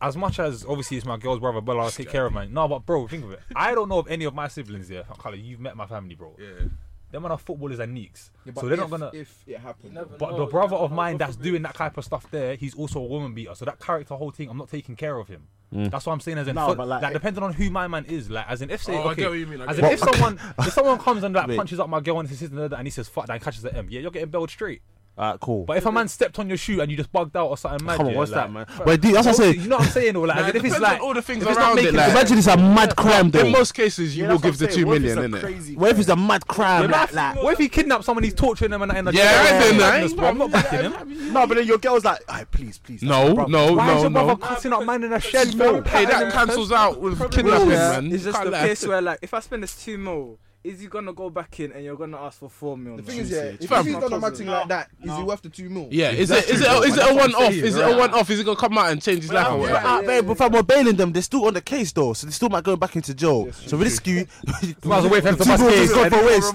as much as obviously it's my girl's brother, but I'll take care of man. No, but bro, think of it. I don't know of any of my siblings here. Colour, you've met my family, bro. Yeah. Them man are footballers and neeks, so they're not gonna.
If it happened,
But the brother of mine that's doing that type of stuff there, he's also a woman beater. So that character whole thing, I'm not taking care of him. That's what I'm saying. As in,
Mm. No,
for-
but
like,
like-
depending on who my man is, like as in if say,
Oh, I
okay,
get what you mean, I
as
get
in
what
if someone if someone comes and like punches up my girl and his sister and all that, and he says fuck that and catches the M, yeah, you're getting belled straight.
Alright, cool.
But if a man stepped on your shoe and you just bugged out or something mad,
Come on,
yeah,
what's
like,
that, man? But dude, that's what I
Obviously,
say.
You know what I'm saying? Or like, as in, if it's like,
all the things
it's not
around it,
making-
like,
Imagine it's a mad crime, though.
in most cases, you will give the two million, innit?
it?
What if it's a mad crime?
Yeah,
Like,
but
like,
what if he kidnapped someone, he's torturing them, and, and
Yeah, I
and-
didn't know.
madness, bro, I'm not backing him.
No, but then your girl's like, "Aye, please, please.
No, no,
Why is
no,
your
no.
brother cussing up man in a shed, bro?
Hey, that cancels out with kidnapping,
Yeah,
man.
It's just
Can't
the
lie.
case where like if I spend this two mil, is he gonna go back in and you're gonna ask for four mil?
the
now?
thing is, yeah, if he's
Fam.
done a mad thing like that, is he worth the two mil?
Yeah, is it is it is it a one off? Is it a one off? Is it gonna come out and change his life or
But,
what?
ah, babe, if I'm bailing them, they're still on the case though, so they still might go back into jail. so realistically,
Might as well wait for him to
Two
bust
more
case.
to go
Might
for waste.
as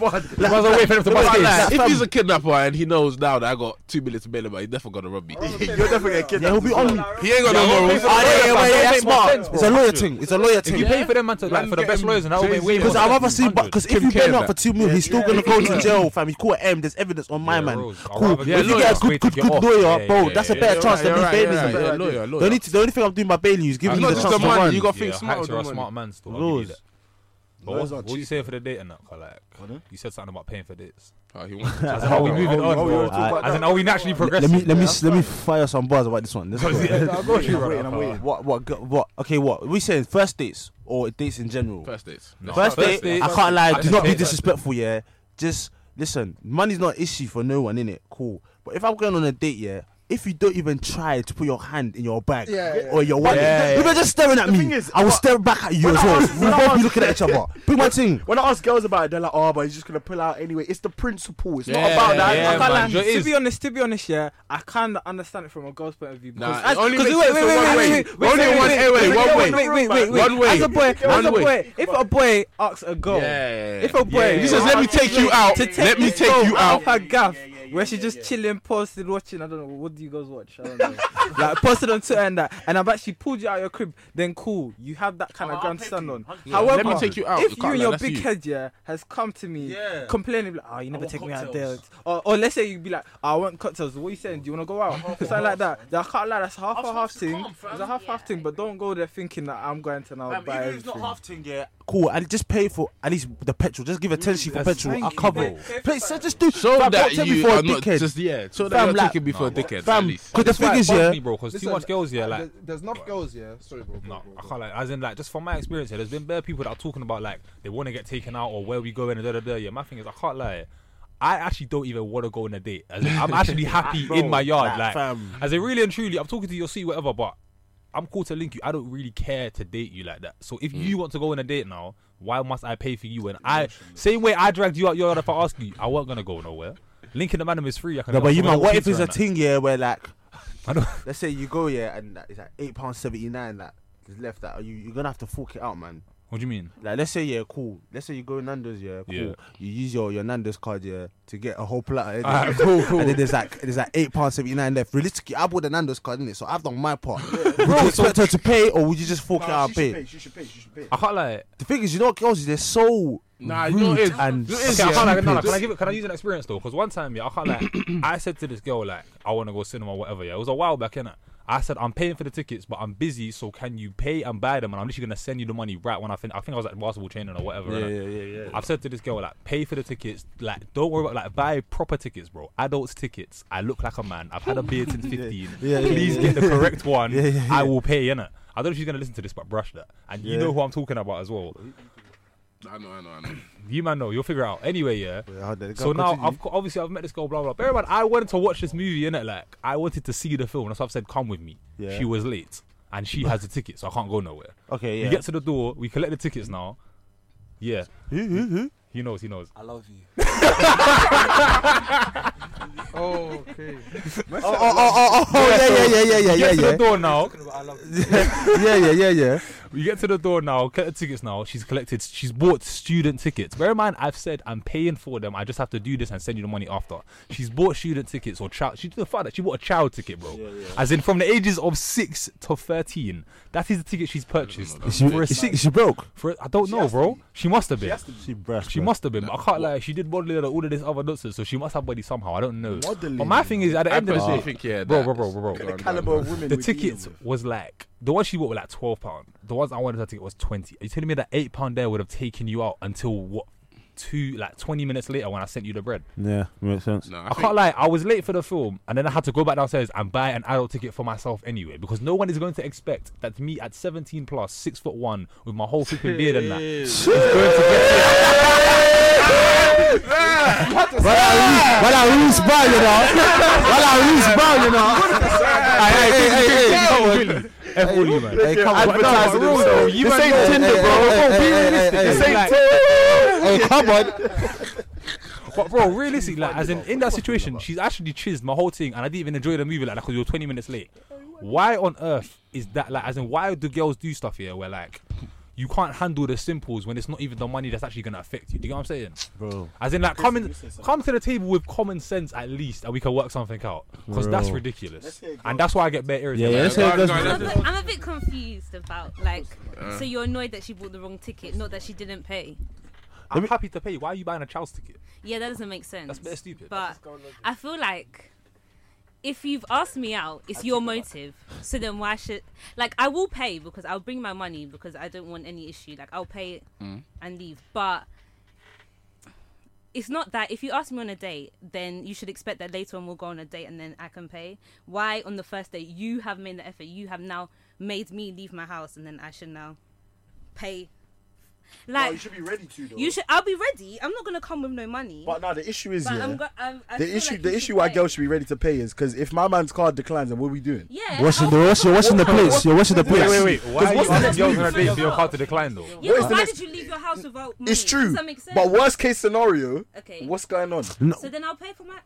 well wait for him to
But
bust
like,
case.
if he's a kidnapper and he knows now that I got two million to bail him, out, he's definitely gonna rob me.
You're definitely getting
yeah, he'll
kidnapped.
be on.
He ain't got no morals.
Ah, yeah, yeah,
Don't
yeah,
make
that's
more
smart.
sense,
It's a lawyer thing. It's a lawyer
If you
thing.
pay for them man to, like,
Man's
for the best
getting
lawyers and that will be way
Because
more
I'd
than
rather see,
100.
because if you
Kim
bail
K,
out for two mil, he's still gonna go to jail, fam. He's caught M. There's evidence on my
Yeah,
man.
Rose, I'd
Cool.
rather
If
get
you
lawyers
get a good,
straight to
good,
get
good
off.
lailer,
Yeah,
bro,
yeah,
that's a
yeah,
better
yeah,
chance than me
you're right,
bailing
you're right,
him.
yeah, lawyer,
The
lawyer.
only, the only thing I'm doing by bailing you is
It's
giving you
not
the
just
chance
the
to
money. You
run.
gotta
Yeah,
think smart
hacks
with
are
the
a
money.
smart man still. I'll
Rose.
give you that. But
Lawyers
What
are
what you
cheap.
say for the date and that? Carl, Like,
Pardon?
you said something about paying for dates.
Oh, he wants
As in, are we moving on,
oh, we
bro?
were talking about
As in, are we naturally
Let me,
progressing?
let me, let me fire some bars about this one. This one.
I'm waiting, I'm waiting.
What, what, go- what? Okay, what? we saying first dates or dates in general?
first dates.
No.
First
First
date,
date.
I can't lie. Do
First
not be
date.
disrespectful, yeah. Just listen. Money's not an issue for no one, innit? Cool. But if I'm going on a date, yeah. If you don't even try to put your hand in your bag
Yeah, yeah,
or your wallet,
Yeah, yeah.
if you're just staring at
The
me,
thing is,
I will
what-
stare back at you
when
as
I
well.
was-
We'll
when I
both be
was-
looking at each other. Bring my thing.
When I ask girls about it, they're like, "Oh, but he's just gonna pull out anyway." It's the principle. It's not
Yeah,
about that.
yeah,
I can't lie.
man. Joe
to
is-
be honest, to be honest, yeah, I kind of understand it from a girl's point of view.
Nah,
because
it only
'cause
makes sense in one way. Only
wait,
one-
wait,
hey, wait,
wait,
one
Wait,
way.
wait, wait, wait.
One way.
As a boy, as a
One way.
boy, if a boy asks a girl,
Yeah.
if a boy,
Yeah.
He says, "Let me take you out.
To take
Let me
this
take
girl
you out."
of her gaff, where she's just chilling, posted, watching. I don't know what do you guys watch. I don't know. like posted on Twitter and that, and I've actually pulled you out of your crib. Then cool, you have that
Oh,
kind of grandstand on. However,
Let me take you out.
if
Can't
you and
lie,
your
that's
big
you.
head yeah has come to me
Yeah.
complaining like oh you never take me out there or, or let's say you'd be like oh, I want cocktails what are you saying do you want to go out something like that I can't lie that's half a half thing it's a half half thing but don't go there thinking that I'm going to
Um,
now buy
even if it's
everything
thing, yeah. Cool. And just pay for at least the petrol. Just give a ten sheet for
That's-
petrol.
thank
I'll
you,
cover
bro.
it. Please, so just do.
Show
fam,
that
don't take
you
me for a
are not
dickhead.
just yeah. Show
Fam,
that you're
like-
taking me for a dickhead. at
Fam,
least.
because the thing is,
Fuck
yeah.
me, bro, because too
Listen, uh,
much girls, yeah, like.
There's, there's enough girls, yeah. Sorry, bro. bro,
No,
bro,
I
bro.
can't like. As in, like, just from my experience, here, there's been bare people that are talking about like they want to get taken out or where we going and da da da. Yeah, my thing is, I can't lie. I actually don't even want to go on a date. As in, I'm actually happy in my yard. Like,
like, fam.
as in, really and truly, I'm talking to your seat, whatever. But I'm cool to link you. I don't really care to date you like that. So if
Mm.
you want to go on a date now, why must I pay for you? And I, same way I dragged you out your yard if I asked you, I weren't gonna go nowhere. Linking the man is free. I can
No, but you man, what if it's a
team?
thing, yeah, where like.
I know.
let's say you go yeah, and like, it's like eight pounds seventy nine that is left that you you're gonna have to fork it out, man.
What do you mean?
Like let's say yeah, cool. Let's say you go Nando's yeah, cool.
Yeah.
You use your, your Nando's card yeah to get a whole platter. innit?
Alright, cool, cool.
And then there's like there's like eight pounds seventy nine left. Realistically, I bought the Nando's card in it, so I've done my part. would you expect her to pay or would you just fork it
Nah,
out
she should
and pay?
pay. She should pay. She should pay.
I can't like.
The thing is, you know, girls, they're so
Nah, you
rude
know what it is?
and
You know what it is,
Okay, I
yeah.
can't like, no, no,
Stupid.
can I give it, can I use an experience though? Because one time, yeah, I can't like, I said to this girl like, I want to go cinema, whatever. Yeah, it was a while back, innit? I said I'm paying for the tickets, but I'm busy, so can you pay and buy them? And I'm literally gonna send you the money right when I fin- I think I was at basketball training or whatever. innit?
yeah, yeah.
I've said to this girl like, pay for the tickets. Like, don't worry about like, buy proper tickets, bro. Adults tickets. I look like a man. I've had a beard since 15.
Yeah, yeah,
Please
yeah,
get the correct one.
Yeah, yeah,
I will pay, innit? I don't know if she's gonna listen to this, but brush that. And you
Yeah.
know who I'm talking about as well.
I know, I know, I know.
You man know. You'll figure it out. Anyway, yeah.
Yeah, hold on,
So
go-
now,
continue.
I've got, obviously, I've met this girl, blah, blah. Bear in mind, I wanted to watch this movie, innit? Like, I wanted to see the film. That's why I've said, come with me.
Yeah.
She was late. and she has the ticket, so I can't go nowhere.
Okay,
We
yeah.
get to the door, we collect the tickets now. Yeah. he knows, he knows.
I love you.
Oh, okay.
Oh, oh, oh, oh, oh, yeah, yeah, yeah, yeah, yeah,
get to
yeah,
the door now.
Talking about I love you.
yeah, yeah, yeah, yeah.
We get to the door now, get the tickets now. She's collected, she's bought student tickets. Bear in mind, I've said I'm paying for them. I just have to do this and send you the money after. She's bought student tickets or child. She the fact that she bought a child ticket, bro. As in from the ages of six to thirteen. That is the ticket she's purchased. For a six,
she broke.
for a- I don't know, bro. She must have been.
She breast.
She must have been. But I can't lie. She did modeling and all of this other nonsense, so she must have body somehow. I don't know.
Modeling.
But my thing is, at the
I
end of the
personally
day,
think, yeah,
bro,
that-
bro, bro, bro, bro.
The caliber of women.
The
we're dealing
tickets
with.
was like the one she bought were like twelve pound. The ones I wanted her to get was twenty. Are you telling me that eight pound there would have taken you out until what? Two like twenty minutes later when I sent you the bread.
Yeah, makes sense.
No, I,
I,
think-
can't lie. I was late for the film, and then I had to go back downstairs and buy an adult ticket for myself anyway, because no one is going to expect that me at seventeen plus, six foot one, with my whole flipping beard and that. is going to get
But I lose ball, you know. But I lose ball, you know. Hey, hey, hey, hey, hey.
F all you, man.
Hey, come on.
Advertising
No,
themselves.
bro,
This ain't
ain't
Tinder,
Tinder,
bro.
bro. Be realistic. This ain't Tinder. Hey, come on.
But bro, realistically, like as in in that situation, she's actually chizzed my whole thing, and I didn't even enjoy the movie like that because we were 20 minutes late. Why on earth is that? Like, as in, why do girls do stuff here where like you can't handle the simples when it's not even the money that's actually gonna affect you? Do you know what I'm saying?
Bro.
As in, like, come in, come to the table with common sense at least, and we can work something out because that's
Bro.
ridiculous, and that's why I get better
Yeah,
irritated.
yeah,
Like,
let's hear this.
Guys, guys,
I'm
let's-
one.
a, I'm a bit confused about like. so you're annoyed that she bought the wrong ticket, not that she didn't pay.
I'm happy to pay. Why are you buying a child's ticket?
Yeah, that doesn't make sense.
That's a bit stupid.
But I feel like if you've asked me out, it's your motive. So then why should like I will pay because I'll bring my money because I don't want any issue. Like I'll pay it and leave. But it's not that if you ask me on a date, then you should expect that later on we'll go on a date and then I can pay. Why on the first date you have made the effort, you have now made me leave my house and then I should now pay. Like
No, you should be ready to. Though.
you should. I'll be ready. I'm not gonna come with no money.
But no, the issue is
But
yeah.
I'm go- I'm, I feel
the issue,
like
the
you
issue
should
why
pay.
girls should be ready to pay is because if my man's card declines, then what are we doing?
Yeah.
Washing the,
I'll-
washing, washing the plates. You're washing the plates.
wait. Why
what's the next
girls
move?
on a date for your car to decline though?
Yeah,
What is
but
the
why
next-
did you leave your house without money?
It's true.
Mm, Does that make sense?
But worst case scenario,
Okay.
what's going on?
So then I'll pay for my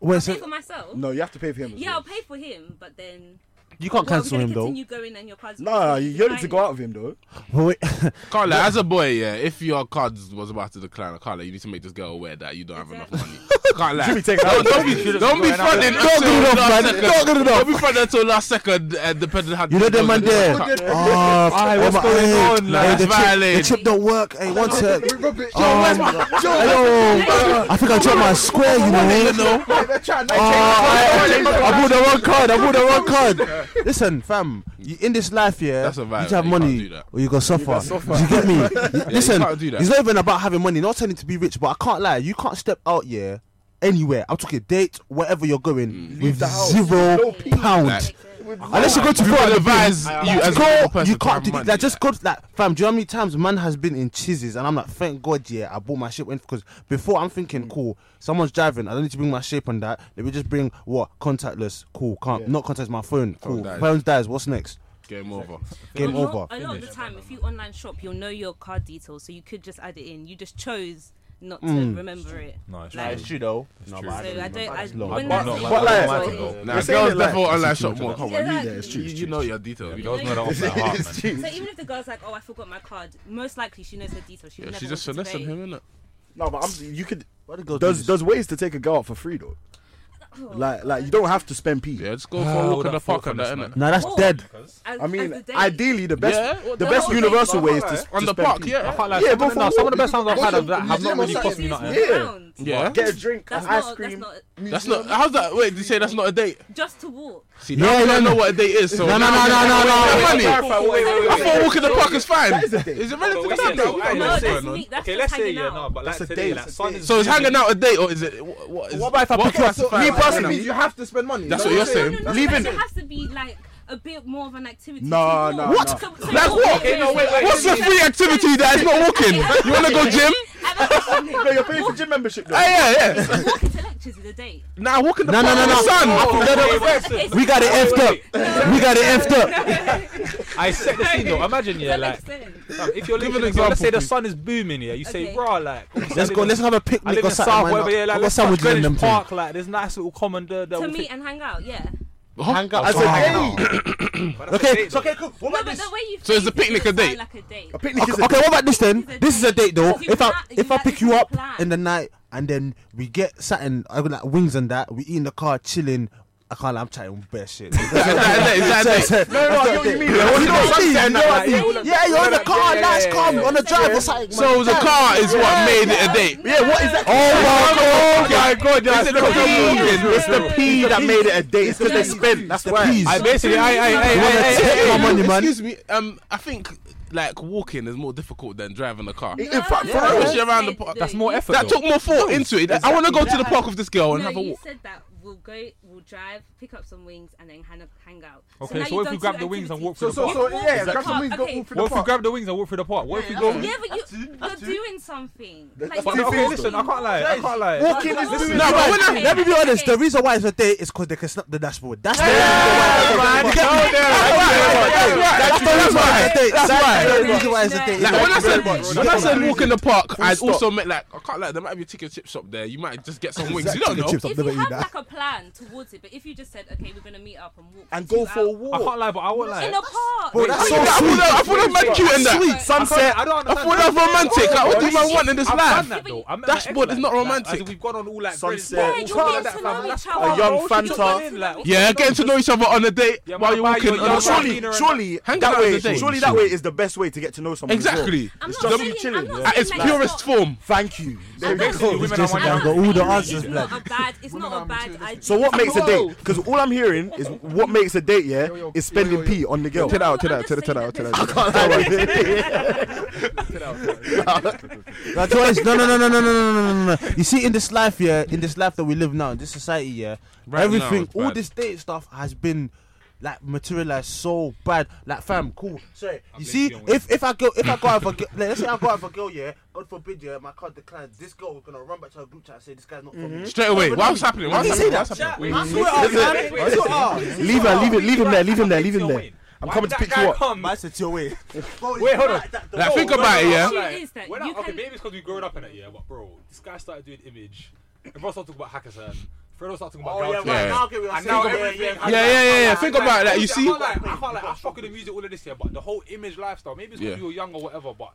Wait,
pay
so
for myself.
No, you have to pay for him. As
Yeah, I'll
well.
pay for him, but then.
you can't
Well,
cancel
we're
him
gonna
though.
continue going and your cards.
No, no, no, you need to go out with him though.
But wait,
can't lie. As a boy, yeah, if your card was about to decline, I can't lie. You need to make this girl aware that you don't have enough money. can't lie. Don't, don't be, don't be fronting.
Not good enough, man. Not good enough.
Don't be fronting until last second, uh, depending how.
you know them man there. Oh,
Aye,
oh,
what's
but,
going
hey,
on, like,
hey, the
it's
chip-
violating.
The chip don't work. Hey, one sec.
Rubbish.
Um, hello. I think I dropped my square, you know. Oh, I, I bought the wrong card. I bought the wrong card. Listen, fam, you, in this life, yeah,
That's a
you
vibe,
need to have
you can't do
money
that.
or you gonna suffer. Do you get me? You- Listen,
can't do that.
it's not even about having money. Not telling you to be rich, but I can't lie. You can't step out, yeah, anywhere. I'm talking date, wherever you're going, with zero pound.
Like,
Unless you go to
We
Florida Beach,
would advise you as a
go,
normal person
you
to
can't
have
do
money,
that. Just
like.
go to that, fam. Do you know how many times man has been in cheeses and I'm like, thank God, yeah, I bought my shape because before I'm thinking,
Mm.
cool, someone's driving, I don't need to bring my shape on that. Let me just bring what contactless, cool, can't not contactless, my phone, cool,
dies.
phone dies. What's next?
Game over.
Game
a lot,
over.
A lot of the time, if you online shop, you'll know your card details, so you could just add it in. You just chose not to
Mm.
remember it.
No, it's
Like,
Nah, it's true though. No,
So I don't. I,
long.
when
But
I say
like,
But
that,
like-
so
automatic, though.
Nah,
You're
girls
saying it like-
definitely online shop more. Come
Yeah,
on,
like-
Yeah, it's true.
you,
it's
you
true.
know your details.
He
You
does know that off by heart, man.
so even if the girl's like, "Oh, I forgot my card," most likely she knows her details. She would
Yeah,
never
she's just
want you to
finessing
pay.
him, innit?
No, but I'm, you could.
Why do girls do
There's
this?
there's ways to take a girl out for free though.
Oh,
Like like you don't have to spend p.
Yeah, just go for a
Oh,
walk in
that
the park and
full
that,
finesse,
innit?
Nah, that's
Oh.
dead.
As-
I
as
mean,
the date-
ideally the best
Yeah, well,
the
that's
best
what they-
universal way is to,
alright.
to
On the
spend
park,
pee.
I
yeah.
can't lie.
Yeah,
some,
but
of the, nah, some of
for
the
what?
best songs I've had
What's
have,
your-
have
you
not
know
really
what's
cost me
like-
nothing.
Yeah.
Yeah.
Get a drink,
That's
ice
not.
cream.
That's
That's not. How's that? Wait, did you say that's not a date?
not. Just to walk.
See,
Yeah,
now I don't
yeah.
know what a date is. So
No, no, no, no, no, no.
Money. I thought walking the park is fine.
That is a date.
Is it relative?
That's not
That's not a
a
date.
No,
let's
that's
say-
me. That's
Okay,
just
let's say
hanging
yeah, no,
out.
but like
That's a
today,
date,
like
it's a
sun
date.
is.
So it's hanging out a date, or is it? What, what, is,
What about if I pick you up?
classifies
me
it?
personally-
you have to spend money.
That's
No,
what you're
no, no,
saying.
No, no,
Leaving-
It has to be like a bit more of an activity.
No,
to
no,
walk.
What?
So- so
Like
walk
what?
is-
What's the free activity that is not walking? You want to go gym?
No, you're paying for gym membership though.
Hey, yeah, yeah.
Walking to lectures is a date.
Nah, walking the
No, no,
park
no,
in
no.
the sun.
It's-
We got it effed up. We got it effed up.
I set the scene though. Imagine, yeah,
That
like
makes sense.
fam, if you're
Give
living,
an
in- so let's
example,
say the
please.
sun is booming, yeah. You say,
Okay.
bruh, like
Let's go. Let's have a
I
picnic
live
or
in
something.
South,
man.
whatever. Yeah,
I
like
got
let's go
sandwich in them
Greenwich
thing.
Park. Like there's nice little common there that
To
will
meet
fit-
and hang out, yeah.
Hang out. As a date.
Oh. Okay,
It's okay, cool. What
No,
about
but
this?
the way you
So is the
phrase it
picnic
would
a
sound
date?
Like a date.
A picnic
Okay,
is
okay,
a date.
what about this then?
This is a
This is a date though.
Because you
If I
plan- you
if I
plan-
pick
you
you up
plan.
in the night and then we get sat in I got like wings and that, we eat in the car chilling. I can't. lie, I'm chatting bare shit. no,
Is that- is that a date?
No, no, I get what you mean.
Yeah, what
You know what I mean?
I'm saying,
You know what I
like,
mean?
Yeah, you're in the car.
yeah,
Nice,
yeah,
calm on the drive or something. man.
So the car is what made it a date.
Yeah, what is that?
Oh my god! Is it the
walking?
walking?
It's the
P that made it a date. It's because they spent. That's
The
why.
peas.
I basically, I, I, I,
You
I,
wanna
I,
take
I-
my
Hey,
money, man?
Excuse me. Um, I think like walking is more difficult than driving a car.
In fact,
No,
for
you
real,
said
shit around the park.
that
That's
you-
more effort.
That
though.
took more thought into it. I want to go to the park with this
Oh,
girl and
no,
have a
you
walk.
said that we'll go, we'll drive, pick up some wings, and then hang, hang out.
Okay,
now
so
you've
what if
done
we grab
two
the wings and
activities.
walk through
You've
the park? So- so-
walked
yeah,
through the
grab some
park.
wings, go
Okay.
walk through the
What if we
park.
grab the wings and walk through the park? What if we go?
Yeah, but you, you're doing something. Like,
But
you're
no,
doing
listen, I
something.
can't lie. I can't lie.
Walking is
Listen,
doing
no, but when I-
Let me be
Okay,
honest.
okay.
The reason why it's a date is because they can snap the dashboard. That's the reason
man.
why. You get me?
Go there.
That's the reason why it's a date. That's the reason why it's a date.
Like when I said, when I said walk in the park, I'd
stop.
also met like I can't like there might be a chicken chip shop there. You might just get some wings. You don't
Chicken
know.
chips.
If
I've never
you
eaten
have
that.
like a plan towards it, but if you just said, okay, we're gonna meet up and walk
and
two
go for a
hours-
I
walk.
can't lie, but I won't lie.
in a park.
Bro, that's
I
so
thought
sweet.
I thought that man cute in that.
Sweet.
Sunset.
I don't
I
understand.
thought that was romantic. Like, what do you man want in this
I've
life?
done that though. I met my
Dashboard
ex,
is not
like-
romantic.
Like, as we've gone on all like
Sunset.
Sunset.
Yeah, you're
Try
getting to know each other.
A young
You're getting
Fanta.
to know each
Yeah,
other.
getting to know each other on a date
Yeah,
while
man,
you're
buy
walking.
your-
on
your
the
surely-
street.
surely,
Valentine or-
surely
Hang
that
out
way,
as a date.
surely that way is the best way to get to know someone. as well.
Exactly.
I'm
It's
not
just
saying,
you
I'm
chilling.
not
At
saying
its
like
purest
not-
form.
Thank you. There
I'm
we
not saying
go.
Women
Jason
are
down
one
got
it's
all the
not
answers.
a
blood.
bad- It's not a bad idea.
So what makes a date? Because all I'm hearing is what makes a date. Yeah, is spending p on the girl.
Ten out, ten
I'm
out, ten
just
ten
saying
out,
that
ten
this-
out.
No, do you know what it is? no, no, no, no, no, no, no, no, no, no. You see, in this life, yeah, in this life that we live now, in this society, yeah,
Right now
everything,
it's
all
bad.
this date stuff has been like materialized so bad. Like, fam, cool.
Sorry.
You see, if if I go if I go out for girl, like, let's say I go out for girl, yeah, God forbid, yeah, my card declines. This girl is gonna run back to her group chat and say this guy's not for me.
Straight away. What was happening? What
Did you
was
see
happening?
that?
Leave her, leave it, leave him there, leave him there, leave him there. I'm
Why would
coming to
that
pick
guy
you up.
come?
Man said to your way.
Wait, hold on.
Like, think about it, yeah.
issue is that
We're
you
not, okay,
can-
maybe it's because we growing up in it, yeah. But bro, this guy started doing image. Everyone started talking about Hackerson. Fredo started talking about
Oh, yeah, right.
Galton.
Yeah.
Now I get what you're
And now
saying. Yeah,
everything.
yeah,
Yeah, yeah, yeah, yeah. Think
Like,
about that. You
obviously,
see,
I can't lie, I can't lie. I fuck with the music, all of this here, but the whole image lifestyle. Maybe it's because
Yeah.
we were young or whatever, but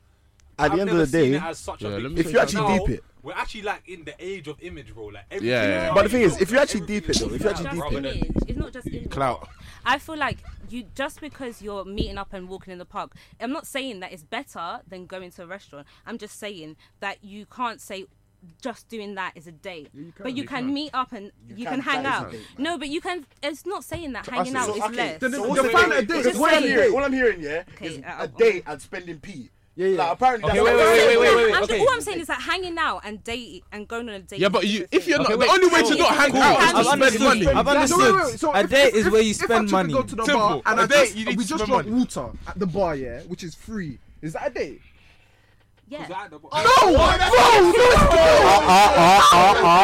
I've
At the end
never
of the
seen
day,
it as such a
Yeah,
big
let me
thing.
if you actually
Now,
deep it,
we're actually like in the age of image, bro. Like everything.
Yeah, yeah, yeah.
But the thing is, if you actually deep it though, if you
It's
actually
not
deep
just
it,
image. It's not just image.
clout.
I feel like you just because you're meeting up and walking in the park. I'm not saying that it's better than going to a restaurant. I'm just saying that you can't say just doing that is a date. but you can, meet up and you,
can,
can, hang
that is a
out.
date, man.
no, but you can. It's not saying that hanging
it's-
out
so,
is
okay,
less.
then
So
it's-
what's
then
the
find
date?
a date.
It's just
What I'm
saying-
hearing, all I'm hearing, yeah,
Okay,
is
uh,
a
uh,
date and spending p.
Yeah, yeah.
Like, apparently,
Okay,
that's
wait,
what I'm
wait, wait,
saying.
wait, wait.
I'm
okay.
Just, all I'm saying is that hanging out and date and going on a date.
Yeah, but
is
you,
the
if
same.
you're not,
Okay,
the
wait,
only way to
so-
not hang
Cool.
out is
I've
to spend
understood.
money.
I've
No, wait, wait,
understood.
wait. So
A
if-
date
if-
is
if-
where you
if I
spend
took a
money.
girl to the
Simple.
bar and
A
I
date,
just-
you need
we
to
just
spend
drank
money.
water at the bar, yeah, which is free. Is that a date?
yeah.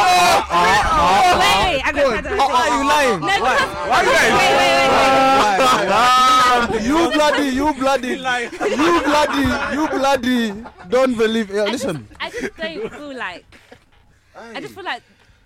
Wait, wait, wait, I got- I got-
Why are you lying?
No, because-
Why you
wait,
guys?
wait, wait, wait.
You bloody, you bloody, you bloody, you bloody. Don't believe. Yeah,
I just, I just don't feel like. I just feel like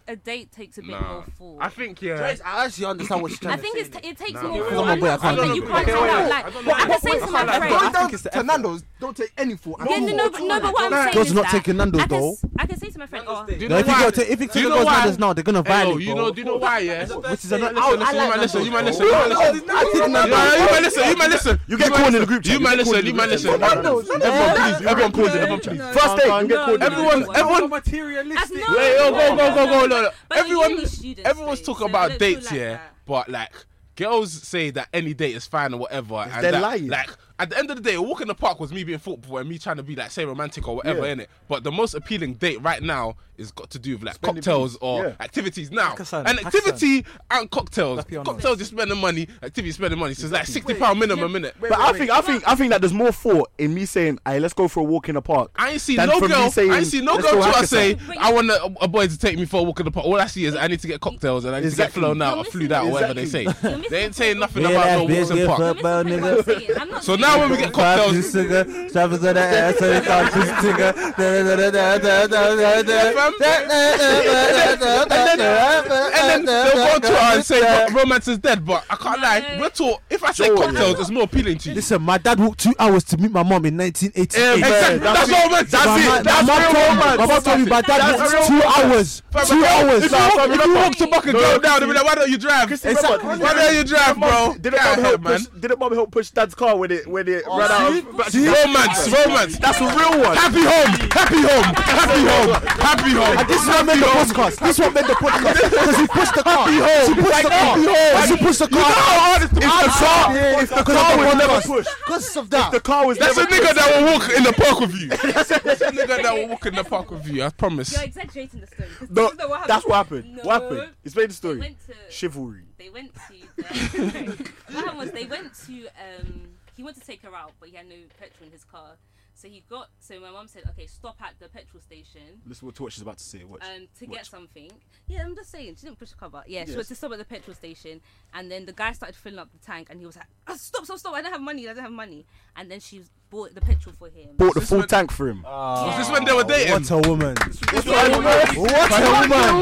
a date takes a bit more force. I,
think yeah.
I actually understand what you're trying
think it's t- it takes more
wait,
force.
wait,
I'm
wait,
not
I
saying that you
can't-
can't
okay,
hang
wait,
out.
wait.
Like, well, I can say to my
Going
friend.
down to Nando's, don't take any for.
Yeah, no, no, but, no, but what I'm saying
Girls
is
not
that
taking Nando's,
I can,
though.
s- I can say to my friend, oh,
Do you
No,
know
if you
why?
go to if you
Do
take
you
a
know
girl's
why?
manners now, they're gonna
Hey, yo,
violate.
you
bro.
know, do you know why? Yeah. Listen,
Which is a
listen, you might listen, you might listen, you
Nando's.
might listen. No, You might listen, you might listen.
You get
might
called in
listen.
the group chat.
You might listen, you might listen. Everyone, please, everyone calls in the group chat.
First date, you get
No,
called.
no,
Everyone,
no, no.
everyone.
so materialistic.
that's no.
Wait, yo, go, go, go, go,
no,
no, no.
But
Everyone,
uni students
everyone's
do,
talking
so
about
don't feel
dates,
like
yeah.
that.
But like, girls say that any date is fine or whatever, and
they're
that,
lying.
like, At the end of the day, a walk in the park was me being thoughtful and me trying to be like say romantic or whatever in it. But the most appealing date right now is got to do with like cocktails or activities now.
Pakistan,
and
Pakistan.
activity and cocktails.
Let's be honest.
Cocktails you spending money, activity spending money. So it's like sixty pound minimum minute.
But I think I think I think that there's more thought in me saying, "Hey, let's go for a walk in the park."
I ain't seen
than
no
for me
girl.
saying,
I ain't seen no
"Let's
girl
go
till I
Hakkasan."
say I want a, a boy to take me for a walk in the park. All I see is I need to get cocktails and I need
Exactly.
to get flown out or flued out, or whatever they say. They ain't saying nothing about no walks in park. So now when we get cocktails, and then they'll go to her and say "But romance is dead. But I can't lie, we're taught if I say cocktails, it's more appealing to you.
Listen, my dad walked two hours to meet my mom in 1988.
Exactly. That's romance.
my,
That's
my
it. That's
mom
real
told me-
romance.
My mom told me my dad
That's
walked
real
two
romance.
hours.
Fam,
Two
if you-
hours.
If you walk,
Fam,
if you walk to Buck and go down, they'll be like, why don't you drive?
Exactly.
Why don't you drive, bro?
Did
Get
mom
out
help
here,
push?
man.
Did mom help push dad's car when it when it ran out? of-
Romance, romance.
That's a real one.
Happy home, happy home, happy home, happy home.
This is what made the podcast. This is what made the podcast. Because he pushed the car. She pushed the car. She pushed the car. Because of the podcast. Because of that.
The car was
That's a
never
nigga that will walk in the park with you. That's a nigga that will walk in the park with you. I promise.
You're exaggerating the story. 'cause
No,
this is
that's what happened.
No.
What happened? Explain the
They
story.
went to.
Chivalry.
They went to. The, what happened was they went to. Um, he wanted to take her out, but he had no petrol in his car. So he got. So my mum said, "Okay, stop at the petrol station."
Listen to what she's about to say. Watch.
um, to get something. Yeah, I'm just saying. She didn't push the cover. Yeah, she went
Yes.
to stop at the petrol station, and then the guy started filling up the tank, and he was like, oh, "Stop, stop, stop! I don't have money. I don't have money." And then she bought the petrol for him.
Bought the full
when-
tank for him.
Yeah.
This is when they were dating.
What a woman.
Happy
Woman.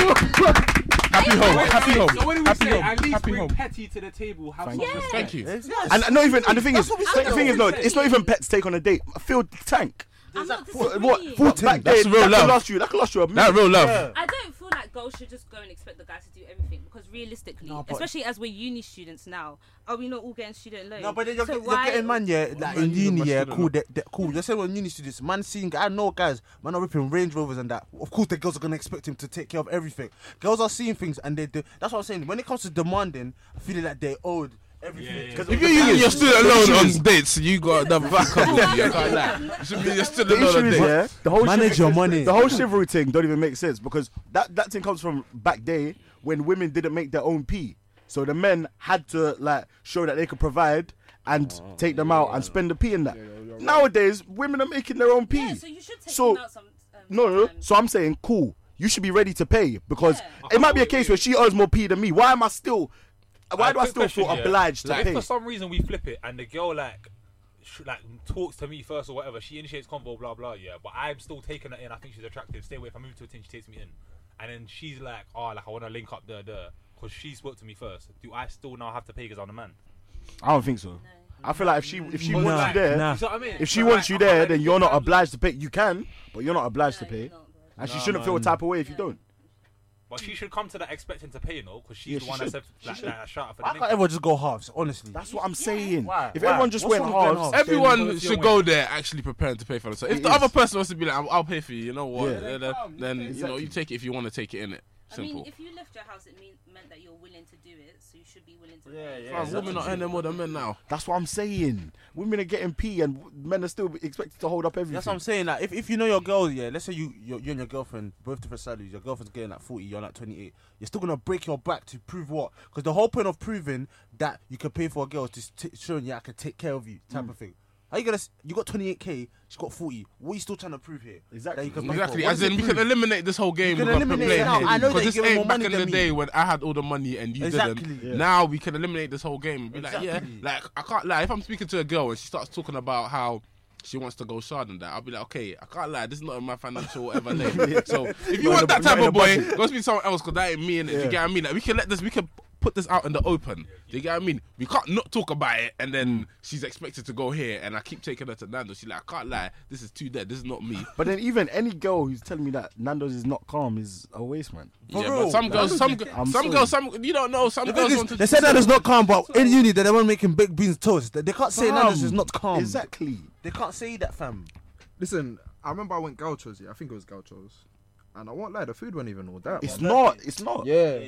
home, happy
So
home.
what do we
Happy
say?
home,
At least
happy
bring
home.
petty to the table. Have some
you.
respect.
Thank you.
And not even. And the thing is,
what we
the
said.
thing is, no, it's not even pets take on a date. Filled tank.
I'm not
What?
disagreeing.
what back
That's
then,
real
that
love.
Could last you. That could last you a minute.
That real love.
I don't feel like girls should just go and expect the guy to do everything because realistically, especially as we're uni students now, are we not all getting student loans?
No, but then you're
so
get-
why,
You're getting man, yeah, like in uni, yeah, cool, they, they, cool. You're saying when uni students, man, seeing, I know guys, man, are ripping Range Rovers and that. Of course, the girls are gonna expect him to take care of everything. Girls are seeing things, and they do. That's what I'm saying. When it comes to demanding, I feel like they owed everything. Because
If you're using your student loan on dates, you got the back up with you. I can't lie. You should be your student
The
loan
issue
on
is,
dates.
yeah, the whole
Manage
chiv-
your money.
The whole chivalry thing don't even make sense because that that thing comes from back day when women didn't make their own pee, so the men had to like show that they could provide and
Ah.
take them out and spend the pee in that. Nowadays, women are making their own pee.
Yeah, so you should take
So-
him out some. Um,
No, no. no.
sometimes.
So I'm saying, cool. You should be ready to pay because
Yeah.
it might be a case where she earns more pee than me. Why am I still? Why
Uh,
do I
quick
still
question,
feel
yeah.
obliged to
Like,
pay?
If for some reason we flip it and the girl like, sh- like talks to me first or whatever, she initiates convo, blah blah, yeah. But I'm still taking her in. I think she's attractive. Stay away. If I move to a tin, she takes me in, and then she's like, oh, like I want to link up, there, there, because she spoke to me first. Do I still now have to pay because I'm the man?
I don't think so. I feel like if she if she
But
wants
like,
you there,
You see what I mean?
If she
But like,
wants you
I'm
there,
like,
then you're not
um,
obliged to pay. You can, but you're not obliged to pay.
No, no.
And she shouldn't feel a type of way if you don't.
But she should come to that expecting to pay, no? Because she's
Yeah,
the
she
one that
should.
said
She
like,
should.
like, shout out for the
I
nigga.
can't ever just go halves, honestly.
That's what I'm saying.
Why?
If
Why?
everyone just
What's
went
wrong with
halves,
going halves?
Everyone should go there actually preparing to pay for themselves. If the other person wants to be like, "I'll- I'll pay for you, you know what?
Yeah.
Then, then, you know, you take it if you want to take it in it.
I mean,
Simple.
if you left your house, it mean, meant that you're willing to do it, so you should be willing to.
Yeah,
pay.
yeah.
Man, women are earning more than men now.
that's what I'm saying. Women are getting pee, and men are still expected to hold up everything.
That's what I'm saying. Like, if, if you know your girl, yeah, let's say you you you and your girlfriend both different salaries. Your girlfriend's getting like 40, you're like 28. You're still gonna break your back to prove what? Because the whole point of proving that you can pay for a girl is just t- showing yeah I can take care of you
Mm.
type of thing. How you gonna? s- You got 28k, she got 40. What are you still trying to prove here?
Exactly.
That you can pay for?
Exactly.
What
As
does it
in, we
prove?
can eliminate this whole game.
can
we've been
eliminate it
playing
now.
here.
I know that
'Cause
you
this
give her more
ain't back
money
in
than
the
me.
day when I had all the money and you didn't.
Exactly. Yeah.
Now we can eliminate this whole game and be like, yeah, like I can't lie. If I'm speaking to a girl and she starts talking about how. She wants to go shard and that. I'll be like, okay, I can't lie. This is not in my financial whatever lane. So if you want that type of boy, go speak to someone else because that ain't me. And do you get what I mean? Like we can let this, we can put this out in the open. Do you get what I mean? We can't not talk about it and
Mm.
then she's expected to go here and I keep taking her to Nando. She's like, I can't lie. This is too dead. This is not me.
But then even any girl who's telling me that Nando's is not calm is a waste, man.
yeah, but some girls, some g-
I'm
some
sorry.
girls, some you don't know. Some
The thing
girls
is,
want to.
they said that is not calm, but in uni they're the one making baked beans toast. They, they can't say that this is not calm.
Exactly.
They can't say that, fam.
Listen, I remember I went Gauchos. Yeah, I think it was Gauchos, And I won't lie, the food wasn't even all that.
It's
man.
not. It's not.
Yeah.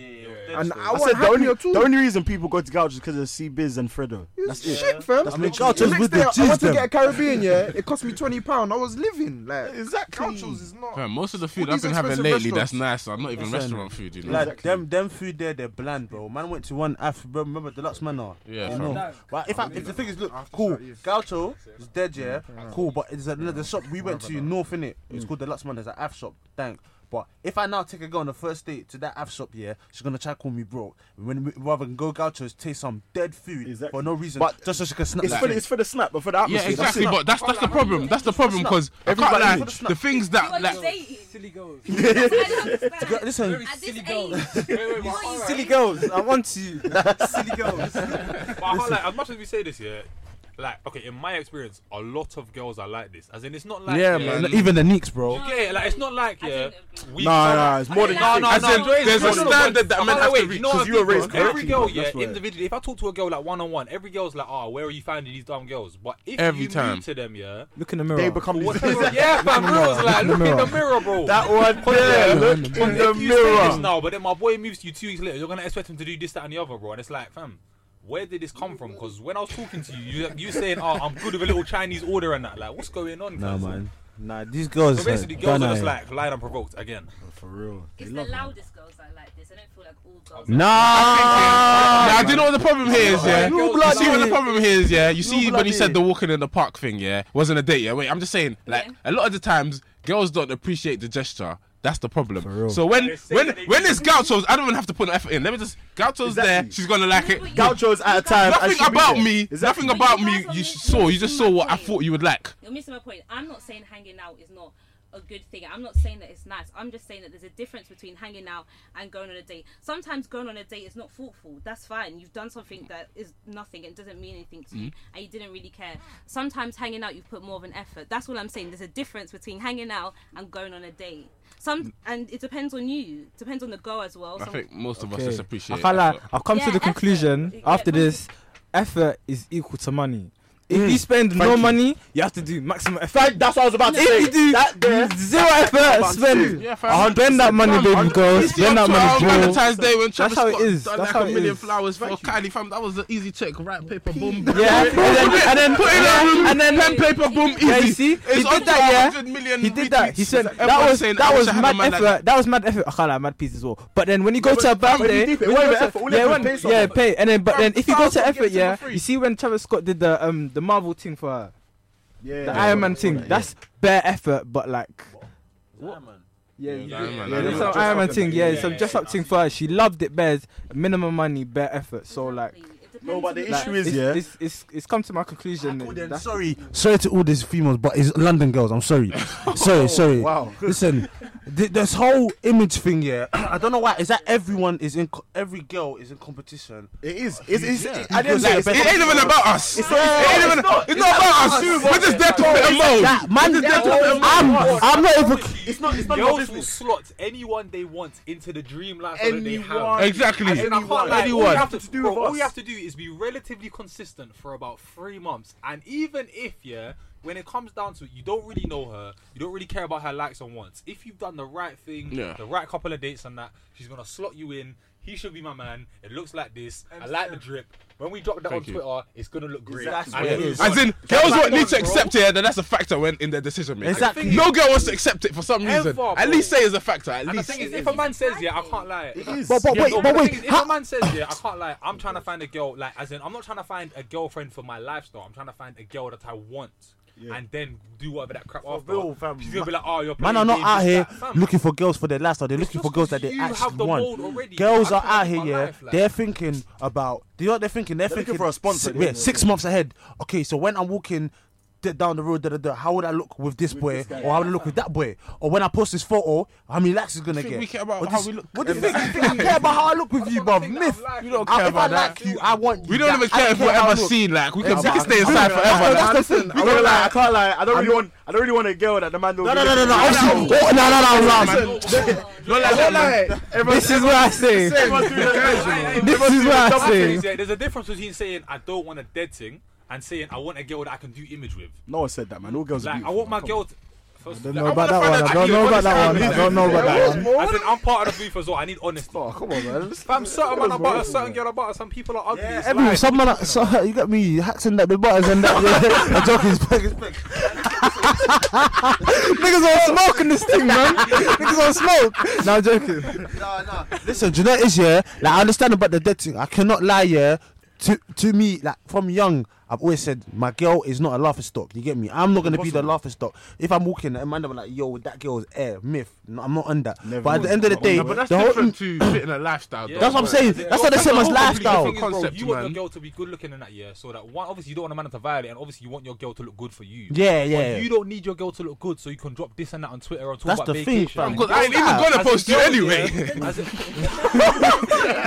And
I said
I wasn't
the
happy
only,
at all.
the only reason people go to Gouge is because of C Biz and Fredo.
It's
That's it.
shit, fam.
That's
the
literally
next
it.
day, I went to get a Caribbean, yeah. It cost me twenty pound. I was living like exactly. Councils is not.
Fam, most of the food
All
I've
these
been having
expensive
lately that's
restaurants.
nice. I'm not even
Listen,
restaurant food, you know.
Like them, them food there, they're bland, bro. Man went to one Af, bro, remember Deluxe Manor.
Yeah,
you
fam.
know. But if I, if the thing is, look, cool. Gaucho is dead, yeah, cool. But it's another shop we went to North in it. It's called Deluxe Manor. There's an Af shop, thank. But if I now take a girl on the first date to that Af shop, yeah, she's gonna try call me bro. When we, rather than go Gaucho's, taste some dead food for no reason,
But
just so she can snap.
It's, for the, it's for the snap, but for the
Yeah,
atmosphere.
exactly.
That's it.
But that's that's the problem. That's the problem because I can't
Everybody-
lie.
Put a snap.
The things that like
Silly girls.
Girl, listen,
Very silly girls. Wait, wait, wait. alright.
Silly girls, I want you. Silly girls.
But I can't lie, as much as we say this, yeah, like okay, in my experience, a lot of girls are like this. As in, it's not like
yeah,
yeah,
man. Even the Neeks, bro.
Yeah, like it's not like yeah. We
Nah, nah, it's more than
no, no,
As
no,
in,
no, it's
there's a
not- no, no, but-
standard that men
but
have
wait,
to reach.
you know what
'Cause
I'm
you were raised
thinking? Every
correctly,
girl,
that's
yeah,
why.
individually. If I talk to a girl like one on one, every girl's like, "Ah, where are you finding these dumb girls?" But if
Every
you
time.
meet to them, yeah,
Look in the mirror.
They become
what
these.
yeah, fam, girls like, look in the mirror, bro.
That one there, look in the
if you say this
mirror.
now, but then my boy moves to you two weeks later, you're gonna expect him to do this, that, and the other, bro. And it's like, fam, where did this come from? Because when I was talking to you, you you saying, "Oh, I'm good with a little Chinese order and that." Like, what's going on?
Nah,
cuz?
man. Nah, these girls. eh.
So basically, girls are just like lying unprovoked again.
For real. They
It's the
love that.
loudest girls that are like this. I don't feel like all girls.
Nah.
Now, Ah, do you know what the problem here is, yeah?
You
You
bloody-
see what the problem here is, yeah? You see when
bloody-
he said the walking in the park thing, yeah? Wasn't a date, yeah? Wait, I'm just saying, like,
Yeah.
a lot of the times, girls don't appreciate the gesture. That's the problem. So when when when it's gauchos, I don't even have to put an effort in. Let me just gauchos there.
Exactly.
She's gonna like it.
But you-
Gauchos at a time. and she
Nothing
be
about
there.
me.
Exactly.
Nothing
But
about
you
me.
guys are
You
missing
saw. You just
the
saw what I
point.
thought you would like.
You're missing my point. I'm not saying hanging out is not a good thing. I'm not saying that it's nice. I'm just saying that there's a difference between hanging out and going on a date. Sometimes going on a date is not thoughtful. That's fine. You've done something that is nothing. It doesn't mean anything to you,
Mm-hmm.
and you didn't really care. Sometimes hanging out, you've put more of an effort. That's all I'm saying. There's a difference between hanging out and going on a date. Some and it depends on you. Depends on the girl as well.
Mm. I
Some-
think most of us
Okay.
just
I
appreciate.
can't lie.
effort.
I've come
Yeah,
to the
effort.
conclusion
Yeah,
after
come to-
this, effort is equal to money. If you spend no money, you have to do maximum effort.
Thank- That's what I was about to
if you
say.
do
That there.
zero effort, spend,
Yeah, fam.
spend Oh, that money, baby girls, spend that
Well,
money, bro.
Valentine's Day when Travis
how it
Scott
is.
done
That's
like
how
a
it
million
is.
flowers for Kylie fam. That was an easy check. Right paper, boom.
Yeah, and then, and then,
Put it on
yeah, and then
pen, paper, boom, easy.
Yeah, you see, he
it's on
did that, yeah.
400 million
He did that. He
retweets.
said
Everyone's
that was
saying,
that
"I
was
wish I had a
mad
man like
effort. that was mad effort. I can't lie, mad piece as well. But then when you go to a
but
birthday,
when you dip
when
it,
you
what
go
about
to-
effort? All
yeah,
everyone
when-
pays
yeah,
something.
pay. And then but
Bro,
then if you go
thousand
to
gives
effort,
you for
yeah,
free.
you see when Travis Scott did the um the Marvel thing for her,
Yeah.
the Iron Man thing. That's bare effort, but like. Yeah, you
Yeah, Iron Man,
yeah,
Iron
there's
Man.
some Iron Man thing. Yeah, some dress up thing for her. She loved it. Bears minimum money, bare effort. So like,
Exactly. It
No,
depends
but the
on
issue
girl.
is,
it's,
yeah.
it's, it's it's come to my conclusion. That's-
sorry, sorry to all these females, but it's London girls. I'm sorry, sorry, sorry.
Wow.
Listen, th- this whole image thing, yeah. I don't know why. Is that everyone is in co- every girl is in competition?
It is. It's, it's,
Yeah.
I didn't
Because
say
like-
it's
It ain't even about us. It ain't even. It's not about us. We're just there to fit a
That
mold.
man, I'm, I'm not even.
It's not. It's not your
Girls will
business.
slot anyone they want into the dream lifestyle that they
Anyone.
have.
Exactly.
And I can't lie, All
Anyone.
you, have to,
To do
bro,
with
all
us.
you have to do is be relatively consistent for about three months, and even if yeah, when it comes down to it, you don't really know her, you don't really care about her likes and wants. If you've done the right thing,
Yeah.
the right couple of dates and that, she's gonna slot you in. He should be my man. It looks like this. I like the drip. When we drop that
Thank
on
you.
Twitter, it's gonna look great.
That's
And
what it
then
is.
we-
As in, girls
like
won't need
one,
to
bro.
accept it, yeah, that that's a factor when in their decision making.
Exactly.
No girl wants to accept it for some
Ever,
reason. at
bro.
least say it's a factor. At
And the
least.
thing is, if a man says yeah, I can't lie.
But, but
Yeah,
wait,
no,
but
the
wait.
thing is, if
how-
a man says yeah, I can't lie. I'm trying to find a girl like as in I'm not trying to find a girlfriend for my lifestyle. I'm trying to find a girl that I want. And then do whatever that crap after.
real, fam.
She's gonna be like, oh, you're
Man
playing
are not
games,
out
this,
here
that. Fam,
looking for girls for their lifestyle. They're looking for girls that they
you have
actually
the
want.
mold already.
Girls
I
are
can't
out
live
here,
my
yeah.
life, like-
They're thinking about. Do you know what they're thinking? They're,
They're looking
thinking
for a sponsor,
si-
yeah,
yeah, six months ahead. Okay, so when I'm walking d- down the road, da, da, da, how would I look with this boy, or how would I look with that boy, or when I post this photo, how many likes is gonna
think
get?
we care about
What
how
does-
we look?
What do you think? You think I care about how I look with you, bruv? Myth.
you don't
I-
care
If I
about that.
like you, I want you.
We don't
That-
even
I
care if we're
how I
ever
look.
seen. Like we can, we
Exactly.
can stay inside
That's-
forever.
that's
like.
the thing.
I won't lie. I can't lie. I don't really want. I don't really want a girl that the man don't.
No, no,
give
no,
a-
no, no. Obviously, oh, no, no, no, no, no.
Not like that, man.
This is what I say.
Everyone's doing that.
This is what I say.
Things, yeah, there's a difference between saying I don't want a dead thing and saying I want a girl that I can do image with.
No one said that, man. All girls are
Like I
beautiful.
want my
Come
girl. To, First-
don't
like,
know
I
about
wanna
that
find
one.
out
I don't
you
know about that
understand me.
one. I don't know about that one.
As in, I'm part of the booth as well. I need honesty. Oh,
come on, man.
Fam, certain man are butter, certain girl are butter. Some people are ugly. It's
Every
life.
someone, like, so, you got me hacking that the butters and that the jockeys back is back. Niggas on smoke in this thing, man. Niggas on smoke. Now I'm joking. Listen, do you know what it is, yeah? Like, I understand about the dead thing. I cannot lie, yeah. To, to me, like, from young, I've always said, my girl is not a laughing stock. You get me? I'm not going to be the laughing stock. If I'm walking, and man, I'm like, yo, that girl's air, myth. No, I'm not on that. but at the end of the day,
No, but that's
the whole-
different to fitting a lifestyle.
Yeah.
though.
That's what I'm saying. That's what they say, must lifestyle.
Thing is, bro,
Concept,
You want
man.
your girl to be good looking in that year, so that one, obviously, you don't want a man to violate, and obviously, you want your girl to look good for you.
Yeah,
But
yeah.
you don't need your girl to look good, so you can drop this and that on Twitter and talk
That's
about
the thing,
vacation.
fam.
Because I ain't even gonna post you anyway.
Nah,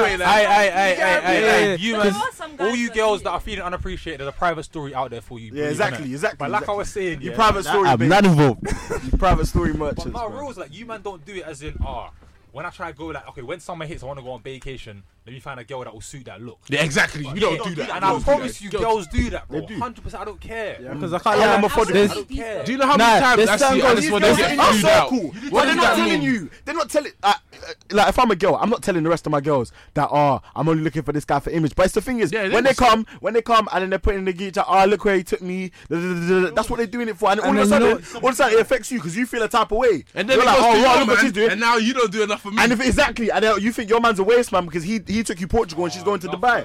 Anyway,
aye,
like,
aye, aye, aye, aye,
yeah,
aye.
yeah.
You
There
man,
are some
all
guys
you
that
girls
do
that are feeling unappreciated, there's a private story out there for you.
Yeah, exactly, exactly,
But like I
exactly.
was saying, yeah,
story. I'm not involved. private story
But
merchants.
my rules like you man don't do it as in ah. When I try to go like okay, when summer hits, I want to go on vacation. Let me find a girl that will suit that look.
Yeah, exactly. You don't do that.
And
Girls
I
do
promise
that.
you,
Girls-
girls do that, bro.
They do.
Hundred percent. I don't care.
Because I can't lie, I'm
homophobic.
There's-
I don't care.
Do you know how many times I see
girls-
honest when they
girls
get
in our
interviewed out?
circle.
You
Well, they're
didn't
not
do that.
telling you. They're not telling. Uh, uh, like, if I'm a girl, I'm not telling the rest of my girls that. Oh, I'm only looking for this guy for image. But it's the thing is,
Yeah, they
when they
must-
come, when they come, and then they're putting in the geek chat. Oh, look where he took me. da, da, da, da, da. That's what they're doing it for. And, all of a sudden, all of a sudden, it affects you because you feel a type of way.
And then
you're
it
like,
goes
oh, wow,
to your
look what
man,
she's doing.
And now you don't do enough for me.
And if exactly, and uh, you think your man's a waste man because he he took you Portugal and she's going to Dubai.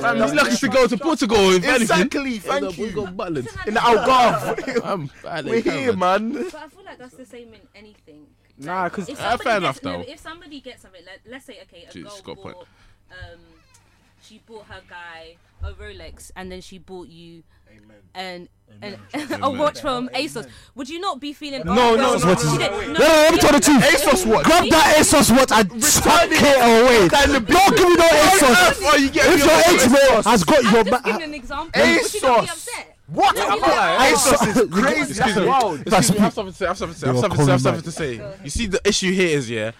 Fam, he's lucky to go to Portugal if anything.
Exactly. Thank
We
you.
got Butland.
In the Algarve.
I'm bad,
We're
they
here,
can't,
man.
But I feel like that's the same in anything.
Nah, 'cause-
if
Ah,
somebody
fair
gets,
enough,
no,
though.
but If somebody gets something, like, let's say, okay, a
Jeez,
girl
got a
bought,
point.
um, she bought her guy a Rolex, and then she bought you. An, an, a watch from ASOS. Would you not be feeling?
No, no,
girl,
no, no, no,
she
no, No,
didn't-
no, let me tell the truth.
ASOS watch.
Grab that ASOS watch and chuck it away. Don't give me no ASOS.
Oh, you get
If your ex mate has got
I'm
your
just
back,
giving an example. Would you not
ASOS.
be upset?
what?
I can't lie,
ASOS is crazy. That's wild.
Excuse me, I have something to say. I have something to say. I have
They were
something to say. I have
calling
something to say. You see, the issue here is yeah,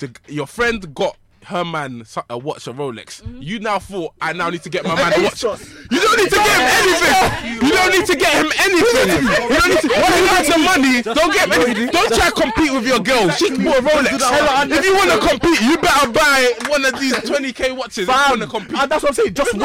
the, your friend got her man so- a watch, a Rolex. You now thought I now need to get my man a watch. You don't need to get him anything. You don't need to get him anything. You don't need to. When he has the money, don't get him anything. Don't try to compete with your girl. She bought a Rolex. If you want to compete, you better buy one of these 20k watches. If you want to compete.
And uh, that's what I'm saying. Just
It's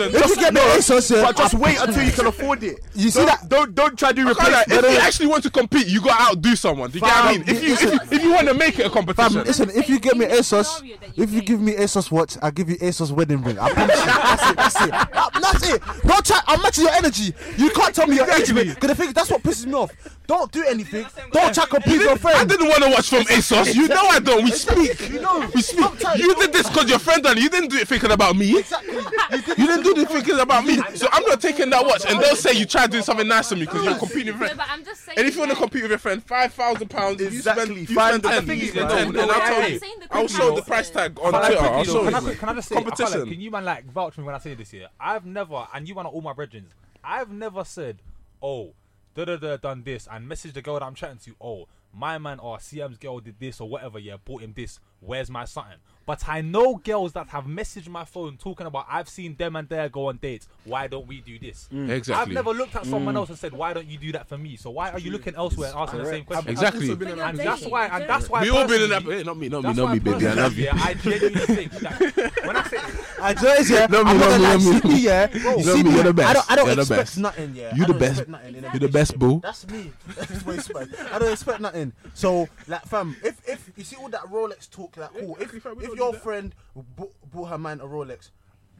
not a
wait.
competition.
If you get the ASOS, yeah, but just wait until you can afford it. You see that? Don't don't try to do
Colour,
replacement.
if you actually want to compete, you gotta outdo someone. Do you get what I mean?
Fam,
If you if, if you want to make it a competition,
Listen, if you give me ASOS, if you give me ASOS watch, I'll give you ASOS wedding ring. I promise you. That's it. That's it. That- that's it. Don't try. I'm matching your energy. You can't tell me your energy. Because the thing that's what pisses me off. Don't do anything. Don't try to compete with your
I
friend.
didn't want to watch from ASOS. You know I don't. We speak.
You know.
We speak. You did this because your friend done. it. You didn't do it thinking about me. You didn't do it thinking about me. So I'm not taking that watch. And they'll say you try doing something nice to me because you're competing with
No,
friends.
but I'm just saying.
And if you want to
like,
compete with your friend, five thousand pounds.
Exactly,
You spend, you
five
spend
thousand.
ten,
The thing
you
is,
spend
no,
ten,
no,
and I'll
I'm
tell you.
saying the
I'll show the
comparison.
price tag on
Can I
Twitter.
quickly
I'll
though,
show
can, I,
you.
quick- can I just say, I can't,
Competition.
like, can you man like vouch for me when I say this here? I've never, and you man are all my brethren, I've never said, oh, da da da done this, and message the girl that I'm chatting to, oh, my man or CM's girl did this or whatever, yeah, bought him this, where's my something? But I know girls that have messaged my phone talking about, I've seen them and their go on dates, why don't we do this? I've
Mm. Exactly. Mm.
never looked at someone else and said, why don't you do that for me? So why are you looking elsewhere and asking the same question?
Exactly.
But you're
And that's
dating,
why,
you
and that's why.
We all been in that.
personally-
Hey, Not me. Not me.
that's
Not
why
me, baby. I
personally,
love you.
yeah, I genuinely think that when I say
I just yeah.
No, me,
I'm
no,
not
me,
like
no, me.
see me, yeah.
No,
see
me,
me,
you're the
I don't,
best.
I don't
You're the
expect
best.
nothing. Yeah,
You
I
the
don't
best.
expect nothing in a
You're the best, boo.
That's me. That's what you expect. I don't expect nothing. So, like, fam, if if you see all that Rolex talk, like, cool. If if your friend bought, bought her man a Rolex,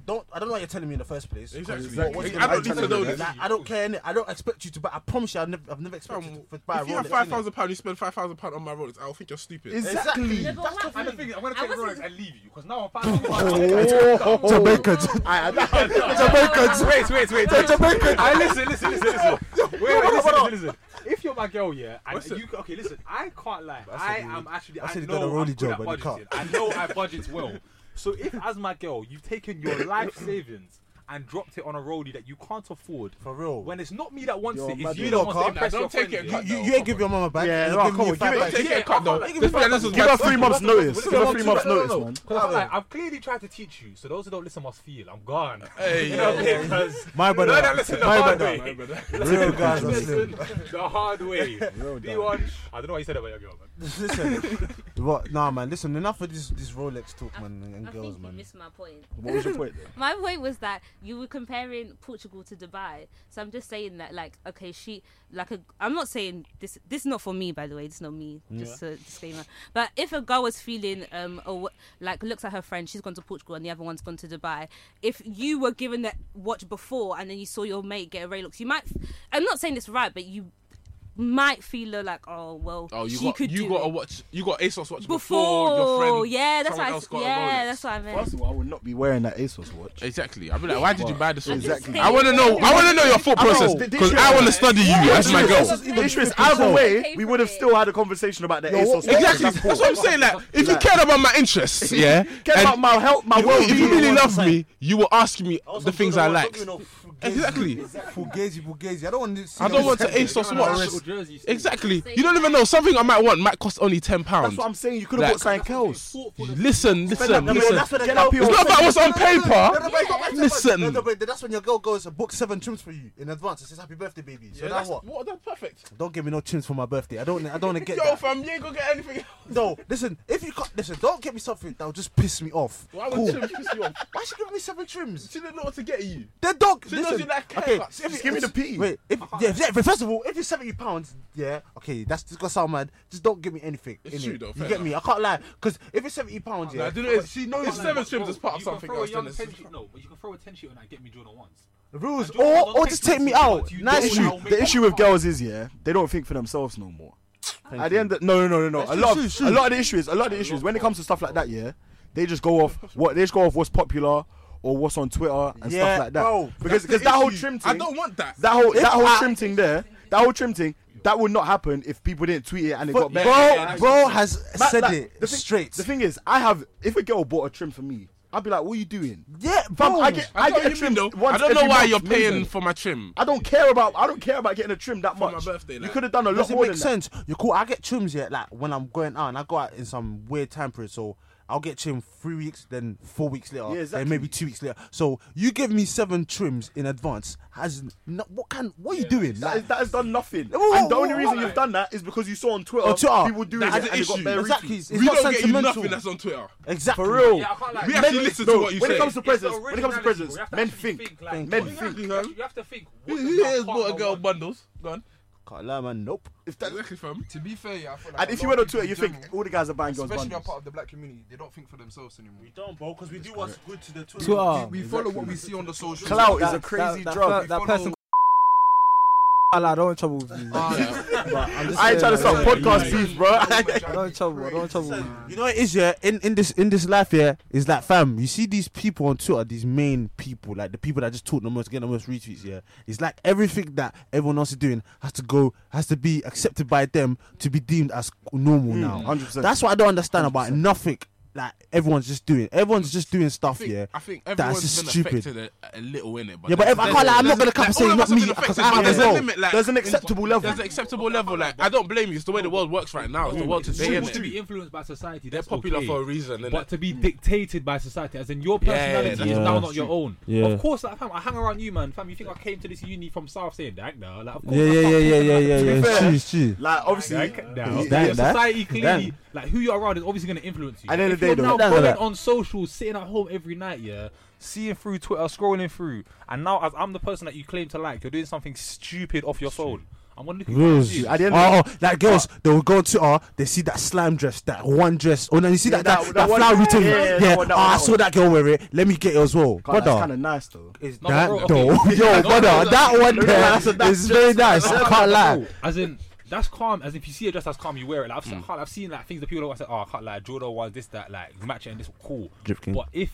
don't I don't know why you're telling me in the first place. 'cause
Exactly.
what's
I don't need to know
Like,
this.
I don't care. Innit? I don't expect you to. But I promise you, I've never, I've never expected you to buy a
If you
Rolex.
have five
innit?
thousand pounds, you spend five thousand pounds on my Rolex. I'll think you're stupid.
Exactly.
No, but what-
And the thing is, I'm gonna
I
take
wasn't-
Rolex and leave you because now I'm finding
Oh.
Jamaicans. Jamaicans.
Wait, wait, wait.
They're Jamaicans.
I listen, listen, listen, listen. Wait, wait, listen, listen, listen. If you're my girl, yeah, and you okay, listen. I can't lie. I am actually. I
said you got a
know I'm
rolly
good at
job and you
budgeting. I know I budget well. So if, as my girl, you've taken your life savings and dropped it on a roadie that you can't afford.
For real.
When it's not me that wants
You're
it,
mad,
it's you
you
that
know,
wants
Carl.
to impress
Nah,
your
don't
friend.
take it. You- you- you ain't give your mum a bag.
Yeah,
You're
no,
giving
come
me
on,
five
give it-
bags.
take it,
Yeah,
cut though.
I give
This
you five
man, this was
bags. Give
bad
her three
too.
months'
No, no,
notice.
no,
Give her
no,
three
no,
months'
no, no,
notice,
no.
man.
Cause I'm
Come
like,
on.
I've clearly tried to teach you, so those who don't listen must feel. I'm gone.
Hey,
you know
yo.
what I mean? 'Cause
My brother.
learn that lesson the
My
hard
brother.
way.
My brother.
Listen,
Real guys are
listen
slim.
The hard way.
Real
Do you want? I don't know why you said that about your girl, man.
Listen, what? Nah, man. Listen, enough of this this Rolex talk, man, and, and
I
girls,
think you
man.
missed my point.
What was your point?
my point was that you were comparing Portugal to Dubai. So I'm just saying that, like, okay, she, like, a, I'm not saying this. This is not for me, by the way. This is not me. Just
Yeah.
a disclaimer. But if a girl was feeling, um, a, w- like, looks at her friend, she's gone to Portugal, and the other one's gone to Dubai. If you were given that watch before, and then you saw your mate get a Rolex, you might. I'm not saying this right, but you might feel like, oh well,
Oh, you
she
got
could
you
do
got
it.
a watch. You got ASOS watch before,
before,
your friend.
yeah, that's
someone
what I,
else
s-
got a
yeah,
Rolex.
that's what I meant.
First of all, I would not be wearing that ASOS watch.
Exactly. I'd be like, why did you
But-
buy this? one?
Exactly.
I want to know. I want to know your thought
I know.
process
Did- did
because
you-
I want to study you
Yeah,
as my
did you-
girl.
The issue is either way, we would have still had a conversation about the ASOS. watch.
Exactly. That's what I'm saying. Like, if you cared about my interests, yeah,
Care about my health, my
if you- If you
well-being,
really
what
love me, you will ask me the things I like.
Exactly. Fugazi, Fugazi. I don't want to. see
I don't
no
want to
second.
ASOS
No
watch.
wrist.
Exactly. You don't even know. Something I might want might cost only ten pounds.
That's what I'm saying. You could have bought something else.
Listen, listen,
No, but
listen.
that's what the
It's
girl-
not about what's
No,
on
no, but it's not
paper.
about- No,
Listen.
no, but that's when your girl goes and books seven trims for you in advance. It says happy birthday, baby. So
Yeah,
now
that's-
what?
What? That's perfect.
Don't give me no tunes for my birthday. I don't. I don't want to get.
Yo,
that.
fam, you ain't gonna get anything.
No, listen. If you can't, listen, don't get me something that'll just piss me off.
Why
Cool.
would Tim piss you off?
Why she giving me seven trims?
She didn't know what to get you.
The dog.
She knows
listen,
you like
okay,
haircuts.
so if
Just
you-
give me the
if- Wait, if, yeah, if- yeah, but first of all, if it's seventy pounds, yeah, okay, that's just gonna sound mad. Just don't give me anything.
It's
innit?
true though,
You
fair
get me? I can't lie, because if it's seventy pounds, yeah,
Nah, do you know it's-
she knows
it's seven trims as part of
You
something
can throw a
else.
young
then
ten
it's-
sheet, no, but you can throw a ten sheet and I get me drawn on once.
The rules,
Jordan,
or
don't
or
take
just
me
take me
to
out.
what you
Nice
don't
shoot.
know.
issue, the issue with girls is yeah, they don't think for themselves no more. At the end, of, no, no, no, no, no. A lot, of, a lot of the issue is a lot of the issues when it comes to stuff like that. Yeah, they just go off what they just go off what's popular or what's on Twitter and
Yeah,
stuff like that.
bro,
because
that's
because
the
that whole
issue.
trim
I
thing,
don't want that.
that whole
If
that whole
I-
trim thing there, that whole trim thing, that would not happen if people didn't tweet it and it
But
got better.
bro- bro has said it
the thing-
straight.
The thing is, I have if a girl bought a trim for me, I'd be like, what are you doing?
Yeah,
Fam,
bro.
I get I,
I
get a
don't even
trim
know.
once
I don't know
every
why
month
you're paying
minimum.
for my trim.
I don't care about I don't care about getting a trim that
For my
much.
birthday,
you
like.
could have done a lot
Does it
more
make
than that.
sense? You're cool. I get trims yet, like when I'm going out and I go out in some weird time period. So I'll get trim three weeks, then four weeks later,
Yeah, exactly.
then maybe two weeks later. So you give me seven trims in advance. Has no, what can what are you doing?
That,
Like,
is, that has done nothing.
Whoa, whoa,
and the only
whoa,
reason
whoa.
you've done that is because you saw on Twitter,
On Twitter.
people doing
That's
it
the
and it
issue.
got better
Exactly.
retweets.
It's
we
not
don't get you
sentimental.
nothing that's on Twitter.
Exactly.
For real.
Yeah, I can't lie.
We
Men-
actually listen to
no,
what you
when
say.
it comes to presents,
It's the
when it comes to
originality, bro.
presents,
You have to
men
actually
think.
like,
men
what is
think.
that? You have, to- you have to think. What does
Who
my
has bought a
partner
girl
want?
bundles? Go on.
Can't lie, man. Nope.
If that,
Exactly, fam.
To be fair, yeah, I feel like
and
a
if you
lot
went on
of
Twitter, you
people in
think
general,
all the guys are buying guns
especially a
bundles.
part of the black community, they don't think for themselves anymore.
We don't, bro, because we do what's good to the Twitter.
Twitter.
We, we follow what we see on the social.
Clout is
That-
a crazy
that,
drug.
That, that, person. I don't want trouble with you.
I ain't trying to start
Yeah,
podcast
yeah, yeah.
beef, bro.
I don't want trouble. I don't want trouble.
You know what it is, yeah. In in this in this life, yeah, is that fam. You see these people on Twitter, these main people, like the people that just talk the most, get the most retweets. Yeah, it's like everything that everyone else is doing has to go, has to be accepted by them to be deemed as normal
Hmm,
now.
100%.
That's what I don't understand about nothing. Like everyone's just doing, everyone's just doing stuff.
I think,
yeah,
I think
that's
everyone's
just
been
stupid.
affected a, a little in it. But
Yeah, but
there's-
if I can't, like, I'm not gonna come
like,
say
all of
not
us have
me.
been
I can't- I
affected, but
have
there's
a
a
goal.
limit. Like,
There's an acceptable level.
There's an acceptable level. Like I don't blame you. It's the way the world works right now. It's the world
It's
today.
normal
innit?
to be influenced by society.
They're
that's
popular
okay.
for a reason. innit?
But to be dictated by society, as in your
Yeah, yeah,
personality
that's
is
true.
now not your own.
Yeah.
Of course, like, fam, I hang around you, man. Fam, you think I came to this uni from South saying that? No, like, of course,
Yeah,
I
yeah,
start
yeah,
thinking
yeah,
like
yeah,
that.
yeah.
fair,
She's she.
Like obviously,
Now,
Damn,
yeah,
that-
society clearly,
damn.
like who you're around is obviously going to influence you.
At the end
If
of the
you're
day,
now
though-
That's
going
like-
on social, sitting at home every night, yeah, seeing through Twitter, scrolling through, and now as I'm the person that you claim to like, you're doing something stupid off your phone. I'm gonna look at you
Rules.
like,
At the end of
Oh, oh, like girls, they will go to her, they see that slime dress, that one dress. Oh, no, you see
Yeah,
that that,
that-
that,
that one-
flowery
yeah,
thing.
yeah,
Yeah,
yeah, that one, that
oh,
one,
I
that
saw
one.
that girl wear it. Let me get it as well,
God, that's
brother.
kind of nice though.
Is
No,
that
bro, okay.
though? Yo, brother, that one
no,
there
that's a- that's
is very
just-
nice. I can't lie.
As in, that's calm. As if you see it just as calm, you wear it. Like, I've,
Mm.
seen, I can't- I've seen like things that people always say, oh, I can't like Jordan was this, that, like match it and this cool.
Drip King.
But if,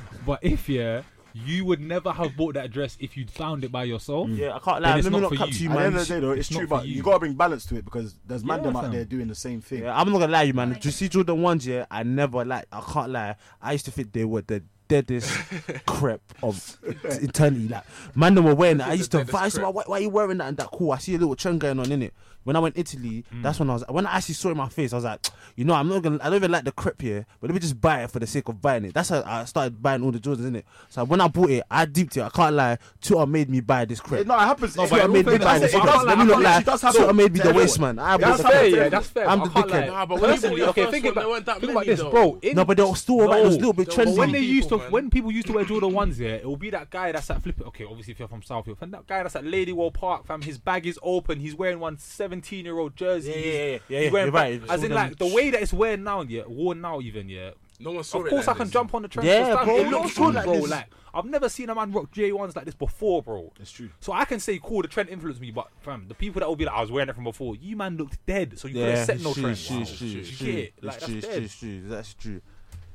but if yeah, you would never have bought that dress if you'd found it by yourself.
Mm.
Yeah, I
Then
can't lie.
it's
Let
not
me not
for
cap
you.
to you,
At the end
man.
of the day, though, it's,
not
true,
for
but you.
you.
gotta bring balance to it because there's man
Yeah,
them out
fam.
there doing the same thing.
Yeah, I'm not gonna lie, you man. Juicy Jordan ones, yeah, I never like. I can't lie. I used to think they were the deadest crep of eternity. Like, man, they were wearing that. I used to
deadest
advise them,
crep.
why, why are you wearing that? And that cool. I see a little trend going on in it. When I went Italy,
Mm.
that's when I was. When I actually saw it in my face, I was like, you know, I'm not gonna. I don't even like the crep here, but let me just buy it for the sake of buying it. That's how I started buying all the Jordans in it. So when I bought it, I deeped it. I can't lie. Twitter made me buy this crep.
No, it happens.
No, Twitter made me buy this crep. Let me not lie. Twitter made me the waste man. I was
that's
the-
fair, yeah, that's fair.
I'm
I
the
can't lie.
dickhead.
Nah, but
when
listen,
you bought
okay,
your
think
first one,
about,
there weren't that
think
many,
about this,
though.
bro. In,
No, but they were still about- it was a little bit
But
trendy.
When they used to,
People, man.
when people used to wear Jordan ones, yeah, it will be that guy that's at flipping. Okay, obviously if you're from South Hill, fam, that guy that's at Ladywell Park, fam, his bag is open. He's wearing one 17 year old jersey.
Yeah, yeah,
he's-
yeah, yeah,
he's
yeah,
wearing
you're
ba-
right.
As in,
Jordan-
like the way that it's worn now, yeah, worn now even, yeah.
No one saw
Of
it
course, I
like
can
this.
jump on the trend.
Yeah,
for Stan.
bro,
It
it
looks
looks good
good,
like
bro.
this.
Like I've never seen a man rock J1s like this before, bro.
It's true.
So I can say, cool, the trend influenced me, but fam, the people that will be like, I was wearing it from before, you man looked dead. So you couldn't set no
it's true,
trend.
it's true,
Wow.
it's true,
You
it's
get
true.
it?
It's
Like,
true,
that's
it's
dead.
true, it's true. That's true.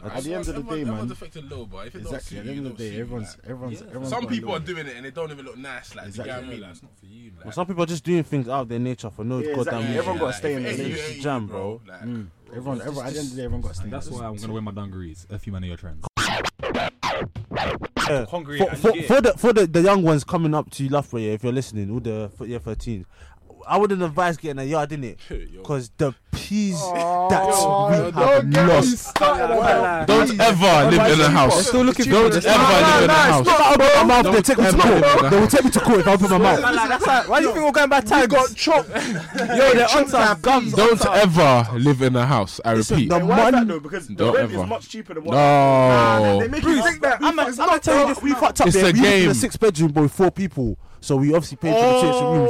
At the end of the day,
everyone-
man.
Everyone's affected low, but if it don't
Exactly.
suit
At the
you,
end
it
of the
don't
day,
suit you,
everyone's
like.
everyone's everyone's.
Some
got a
people are
little-
doing it and it don't even look nice. Like, you get what I mean? Like, it's not for you. Like.
Well, some people are just doing things out of their nature for no
Yeah,
goddamn
exactly.
reason.
Everyone got to stay in
if
the
it ain't
lane.
you, it ain't
jam,
you,
bro.
Like,
Mm. Everyone, everyone. At the end of the day, everyone got to stay in the
That's
lane.
why I'm gonna wear my dungarees. A few man of your trends.
Yeah.
Hungry
For,
and
for,
shit.
for the for the, the young ones coming up to Loughborough, yeah, if you're listening, all the for year 13s, I wouldn't advise getting a yard in it because the peas that
Oh,
we
don't
have
get me
lost.
started on that.
Don't ever live in a
They're
house.
still looking for
Don't
me.
ever live in a
Nah, nah,
house.
If I open my mouth, they take me to
ever live in a
court. They will take me to court if I open my mouth.
Why do you think we're going by time?
got chopped.
Yo, they're on some gums.
Don't ever live in a house. I repeat.
The
Why is that
money.
though? Because the
Don't
rent
ever.
is much cheaper than what.
No.
They make
Bruce,
you think that.
I'm gonna tell you this.
We fucked up
It's
there.
a
we lived in
game.
a six bedroom, but with four people. So we obviously paid for the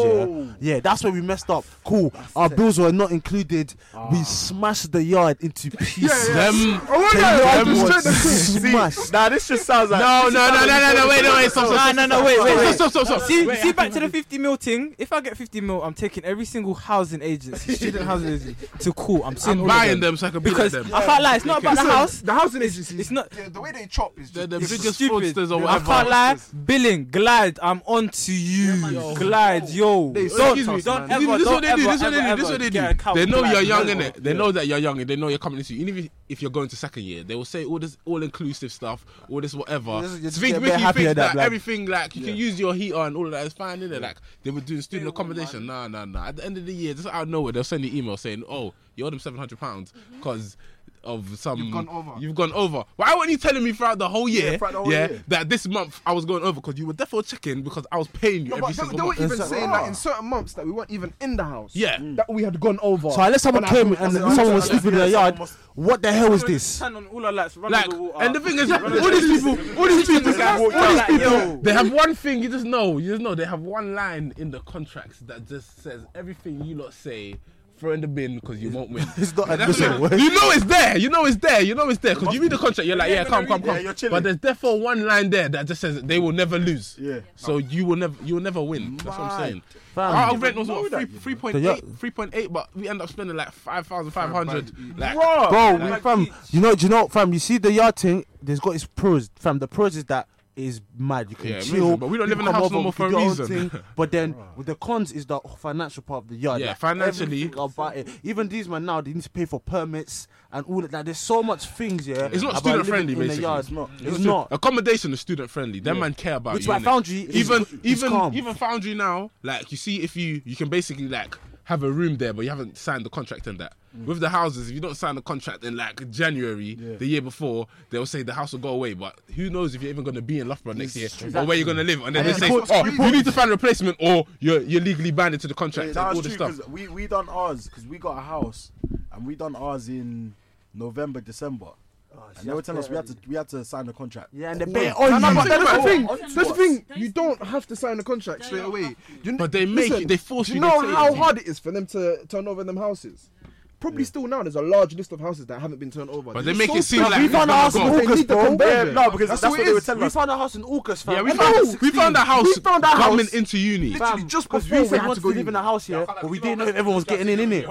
church rooms, yeah. Yeah, that's where we messed up. Cool. Our bills were not included. We smashed the yard into pieces.
Them.
The yard was smashed.
Nah, this just sounds like.
No, no, no, no, no, no. Wait, no, wait. Stop, stop.
Nah, no, no, wait, wait, wait.
Stop, stop, stop.
See, see, back to the 50 mil thing. If I get 50 mil, I'm taking every single housing agency, student housing agency, to call. I'm seeing
I'm
all
buying
of them.
them so I can be like
Because
them.
I can't lie, it's not about the
Listen,
house.
The housing agency.
It's not.
Yeah, the way they chop is
They're
just.
the
It's
biggest
stupid.
fraudsters or
I
whatever.
can't lie. Billing, glad I'm on to you. Glad, yo.
They
Don't,
suck us,
don't
man.
This
ever,
is
don't
what they do.
ever,
This is
ever,
what they do. This is
ever
what they
get a
do.
couch
They know
like
you're young,
this.
innit? They know that you're young, and they know you're coming into. Even if, if you're going to second year, they will say all this all-inclusive stuff, all this whatever.
This is- you just
think,
get a
make
bit
you
happier
think
that,
that
like-
everything, like you can use your heater and all of that is fine, innit? Like they were doing student accommodation. Nah, nah, nah. At the end of the year, just out of nowhere, they'll send you email saying, "Oh, you owe them seven hundred pounds because." Of some,
Mm-hmm. You've gone over.
You've gone over. Why weren't you telling me throughout the whole year? Yeah,
throughout the whole year.
that this month I was going over because you were definitely checking because I was paying you
No,
every
but they,
single
they were
month.
even saying that in certain months that we weren't even in the house.
Yeah.
Mm.
That we had gone over.
So unless someone
And I
came and
thought- I said,
someone was
I said,
sleeping in the yard, what the hell was this?
Turn on all our lights, run
Like,
the water.
and the thing is, all these people, all these people, all these people, they have one thing. You just know, you just know, they have one line in the contracts that just says everything you lot say. Throw in the bin because you won't win.
It's not
And that's
admissible.
what it- You know it's there. You know it's there. You know it's there because you read the contract. You're like, yeah,
ain't gonna
come, come,
read it. Yeah,
come.
you're chilling.
But there's therefore one line there that just says they will never lose.
Yeah.
So you will never, you'll never win. That's what I'm saying.
Fam.
Our rent was what three, three point
The yo-
eight, three point eight, but we end up spending like five thousand five hundred. Like,
bro. we, fam, you know, do you know, fam. You see the yard thing. There's got its pros, fam. The pros is that is mad. You can
Yeah,
chill,
amazing, but we don't
you
live in a
come
house no
over,
more
you
for a
do your own
reason.
thing. but then with the cons is the financial part of the yard.
Yeah,
like,
financially-
everything about it. Even these man now, they need to pay for permits and all that. Like, there's so much things. Yeah,
It's not
about
student
living
friendly,
in
basically.
The yard. It's not. It's
True.
not.
Accommodation is student friendly. Them man care about
Which
you.
why
innit?
Foundry is-
even
is
even
calm.
even Foundry now, like you see, if you you can basically like have a room there, but you haven't signed the contract and that. With the houses, if you don't sign the contract in like January the year before, they'll say the house will go away. But who knows if you're even going to be in Loughborough next year or where you're going to live? And
And
then they
it's
say,
called-
oh,
it's
you need to find a replacement or you're you're legally bound to the
Yeah,
contract
that
and all
was
this
true uh,
stuff.
because we we done ours because we got a house and we done ours in November December. and they were telling us we had to we had to sign the contract.
Yeah, and the bit
No,
on
no,
you.
but that's the thing.
on
That's the thing.
what?
You don't have to sign a contract straight away. You kn-
But they make
listen,
you- they force
do
you
You know
to take
how
it.
hard it is for them to turn over them houses. Probably still now there's a large list of houses that haven't been turned over.
But
They're
they make
so
it seem
stupid.
like
we found a
never
house in
got-
August,
need the
bro.
conversion.
Yeah,
No, because that's,
what
what
it
they were
is.
telling
We
us.
found a house in August, fam.
Yeah, we
And
found,
that was
we found a
16.
house
We found a
coming
house.
into uni.
Literally
Fam,
just
because
before
we
we
said
had
wanted
to
to
go
live in a house here, but we didn't know if everyone was getting in in it.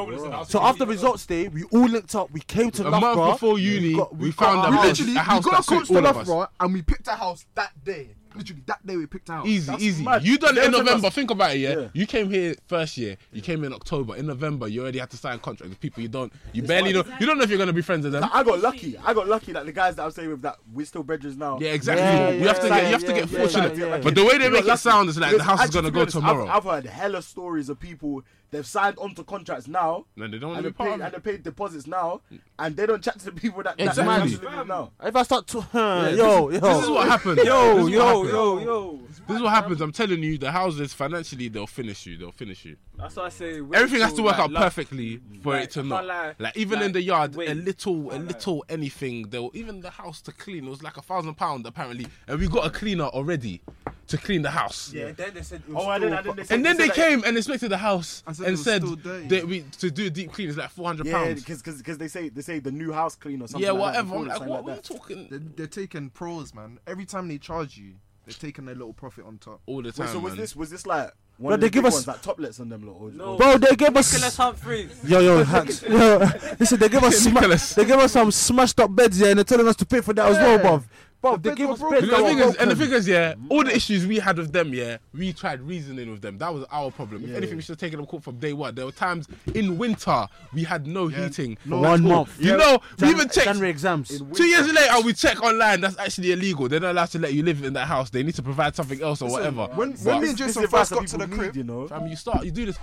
So after results day, we all linked up. We came to
A
Loughborough.
month before uni,
got-
we
got
found
our
a
We
house.
literally
a house
we got
that
a coach
suits
to
all of us.
Loughborough and we picked a house that day. Literally that day we picked out.
Easy,
That's
easy.
mad.
You done it in
They were telling
November.
us-
Think about it, yeah?
Yeah.
You came here first year. You came in October. In November, you already had to sign contract with people you don't. You
It's
barely know.
fine.
You don't know if you're gonna be friends with them.
I got lucky. I got lucky that the guys that I'm staying with that we're still brethren now.
Yeah, exactly. you have to get, you have to get fortunate. But the way they make it sound is like the house is gonna go tomorrow.
I've, I've heard hella stories of people they've signed onto contracts now.
No, they don't
and
wanna
they,
be part
paid,
of it.
and they paid deposits now, and they don't chat to the people that that
Exactly.
man's living with now.
If I start to,
Yeah,
yo,
this,
yo,
this is what happens. This is what happens. This is what happens. I'm telling you, the houses financially they'll finish you. They'll finish you.
That's what I say. wait
Everything has
till,
to work
like,
out
last-
perfectly for
Like,
it to
can't
not.
lie,
like even in
like,
the yard, a little, a little anything. They'll even the house to clean. It was like a thousand pound apparently, and we got a cleaner already to clean the house.
Yeah, then they said.
Oh, and then- and then they said-
And then they
said that-
came and inspected the house
And
and
said
said,
it was still dirty.
that we to do a deep clean is like four hundred
Yeah,
pounds.
because because they say they say the new house clean or something.
Yeah,
like that
whatever.
before
I'm
or
like,
something
what
that.
are you talking?
They're, they're taking pros, man. Every time they charge you, they're taking their little profit on top.
All the
Wait, so was this was this like one
No,
of the
they give
big
us-
ones like toplets on them lot? Or, or-
Bro, they gave us.
Nicholas Humphreys.
Yo, yo, hats. yo, listen, they gave us. Sma- they gave us some smashed up beds, yeah, and they're telling us to pay for that as well, bruv. Bro, they gave us beds.
And
that
the,
were
thing is, and the
broken.
thing is, yeah, all the issues we had with them, yeah, we tried reasoning with them. That was our problem. If anything, we should have taken them court from day one. There were times in winter we had no heating.
no
at
one
all.
month.
You
Yeah.
know, we
Jan-
even checked.
January exams. In
Two years later, we check online. That's actually illegal. They're not allowed to let you live in that house. They need to provide something else or
Listen,
whatever.
When,
But-
when me and Jason first got to the crib,
you know,
Fam, you start, you do this.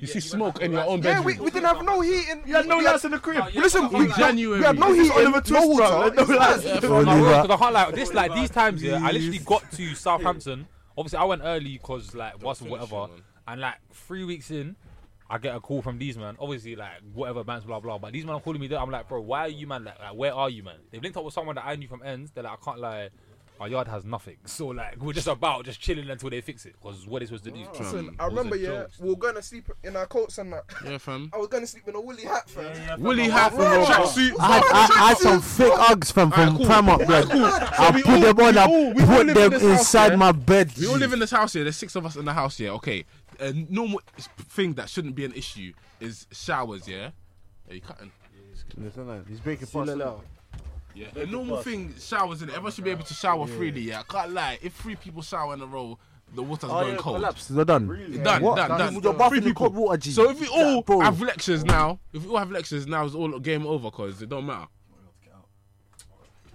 You see smoke in your own
Yeah,
bedroom.
we, we didn't have no heat in. You
had no lights in the crib.
Listen, we,
In January.
we had no heat in,
Oliver
no
Twist, bro. Like,
water.
no lights.
Yeah,
It's-
bro,
Oliver.
I wrote to the hot like this, like these times, yeah. I literally got to Southampton. Obviously, I went early because like was whatever, and like three weeks in, I get a call from these man. Obviously, like whatever bands, blah blah. But these man are calling me. there. I'm like, bro, why are you man? Like, like, where are you man? They've linked up with someone that I knew from ends. They're like, I can't lie. Our yard has nothing, so like we're just about just chilling until they fix it, because what they supposed to do.
Listen, I remember, yeah, we were going to sleep in our coats and that.
Yeah, fam.
I was going to sleep in a woolly hat, fam.
Woolly hat from a tracksuit.
I had, I, I had some fake Uggs from, from Primark, blood. I put them on, I
all- we all
put
live
them
in this house,
inside
yeah?
my bed.
We all live in this house here. There's six of us in the house here. Okay, a normal s- thing that shouldn't be an issue is showers. Yeah, are you cutting?
He's breaking past.
Yeah, a normal thing showers in it. Everyone should be able to shower freely. Yeah, I can't lie. If three people shower in a row, the water's
Oh,
going
yeah,
cold.
collapse. They're done. Really?
Done,
What?
done,
That's-
done.
you're bathing
Three
in
people.
cold water, G.
So if we all
bro.
have lectures now, if we all have lectures now, it's all game over because it don't matter.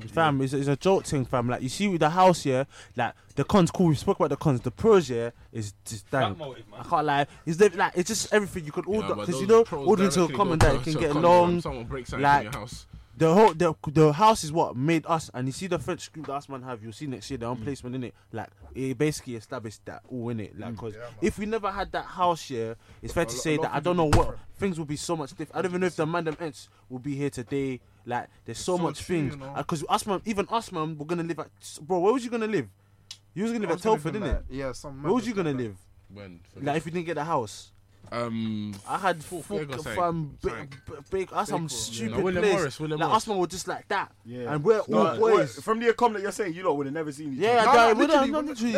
Fam, it's, it's a joke thing, fam. Like you see with the house here, like the cons cool. We spoke about the cons. The pros here is just dank.
motive,
I can't lie. It's the, like it's just everything you could all
Yeah, but
because you
those
know
pros
all into a
directly
common
go
that you
to-
can
to a
get
common when
along.
someone breaks something in
like
your house.
the whole the, the house is what made us, and you see the French group that us man have. You'll see next year their own placement in it. Like it basically established that all in it. Like because if we never had that house here, it's fair
A
to
lo-
say
a lot
that I
of
don't know what things would be so much different. I don't even know if the man them ents will be here today. Like there's so,
so
much
true,
things
you know.
because us man, even us man, we're gonna live at bro. Where was you gonna live? You was gonna live
I
at
was gonna
Telford,
live in,
didn't it?
like, yeah, some
Where was
madness
you gonna live?
When?
Like if you didn't get a house.
Um,
I had
Fork-
fuck
Lagos, eh?
fam big,
Sorry.
big, that's some
Bakewell.
stupid
No, William
place.
Morris, William
like
Morris.
us man were just like that,
Yeah.
and we're all
No,
boys.
what- From the economy that you're saying, you lot would have never seen each
Yeah,
other.
I no, no, no, literally.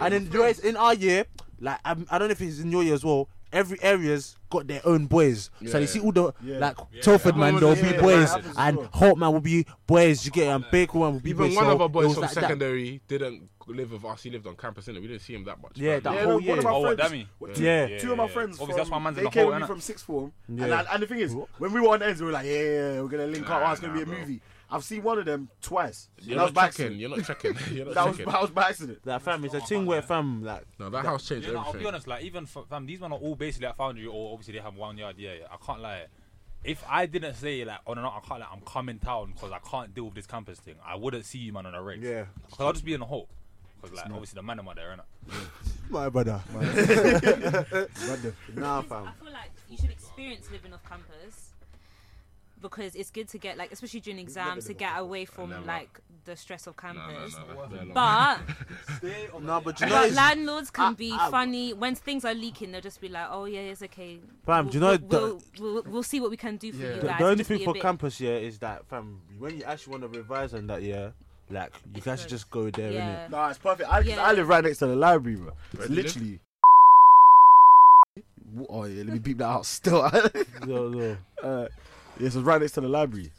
And then the rest- in our year, like I'm, I don't know if it's in your year as well. Every area's got their own boys,
Yeah.
so you see all the
Yeah.
like
Yeah.
Telford man, they'll
Yeah,
be
yeah,
boys,
that happens as
and
well.
Holt man will be boys. You get, and Baker man will be
Even
boys.
one
so
of our
it
boys
was
from
like that.
secondary didn't live with us. He lived on campus, innit? We didn't see him that much.
Yeah,
fam.
that whole year.
One of my
what,
friends-
Dami?
what- two-
Yeah.
two of my
Yeah, yeah,
friends.
yeah. Obviously, that's
from-
why man's in
they
the
came
hole,
with me
innit?
from sixth form, and,
Yeah.
I- and the thing is, when we were on ends, we were like, yeah, yeah, yeah, we're gonna link up.
Nah,
Oh, it's gonna
nah,
be a
bro.
movie. I've seen one of them twice.
You're
that was
not
by
checking.
accident.
You're not checking. You're not
That was
checking.
that was by accident.
Like fam, it's a thing where fam like.
No, that house changed
Yeah, no, I'll be
everything.
honest, like even for, fam, these men are all basically at Foundry, or obviously they have one yard. Yeah, yeah, I can't lie. If I didn't say like, oh no, no, I can't. Like, I'm coming town because I can't deal with this campus thing. I wouldn't see you, man, on a race.
Yeah.
because I'll just be in a hole. Because like, obviously the man am out there, innit?
My brother. nah,
I
fam.
feel like you should experience living off campus because it's good to get like, especially during exams, to get away from like the stress of campus. But
No, but you know,
But
it's-
landlords can be funny. When things are leaking, they'll just be like, "Oh yeah, it's okay."
Fam,
We'll-
do you know
we'll, we'll, we'll, we'll see what we can do for you
The-
guys.
The only
Just
thing
be a
for
bit-
campus yeah is that fam, when you actually want to revise on that yeah, like you guys should just go there
Yeah.
innit?
Nah, it's perfect. I, 'cause
Yeah.
I live right next to the library, bro.
Where
It's
do you live?
literally. Oh yeah, let me beep that out. Still.
yo, yo.
Uh, yeah, so it's right next to the library.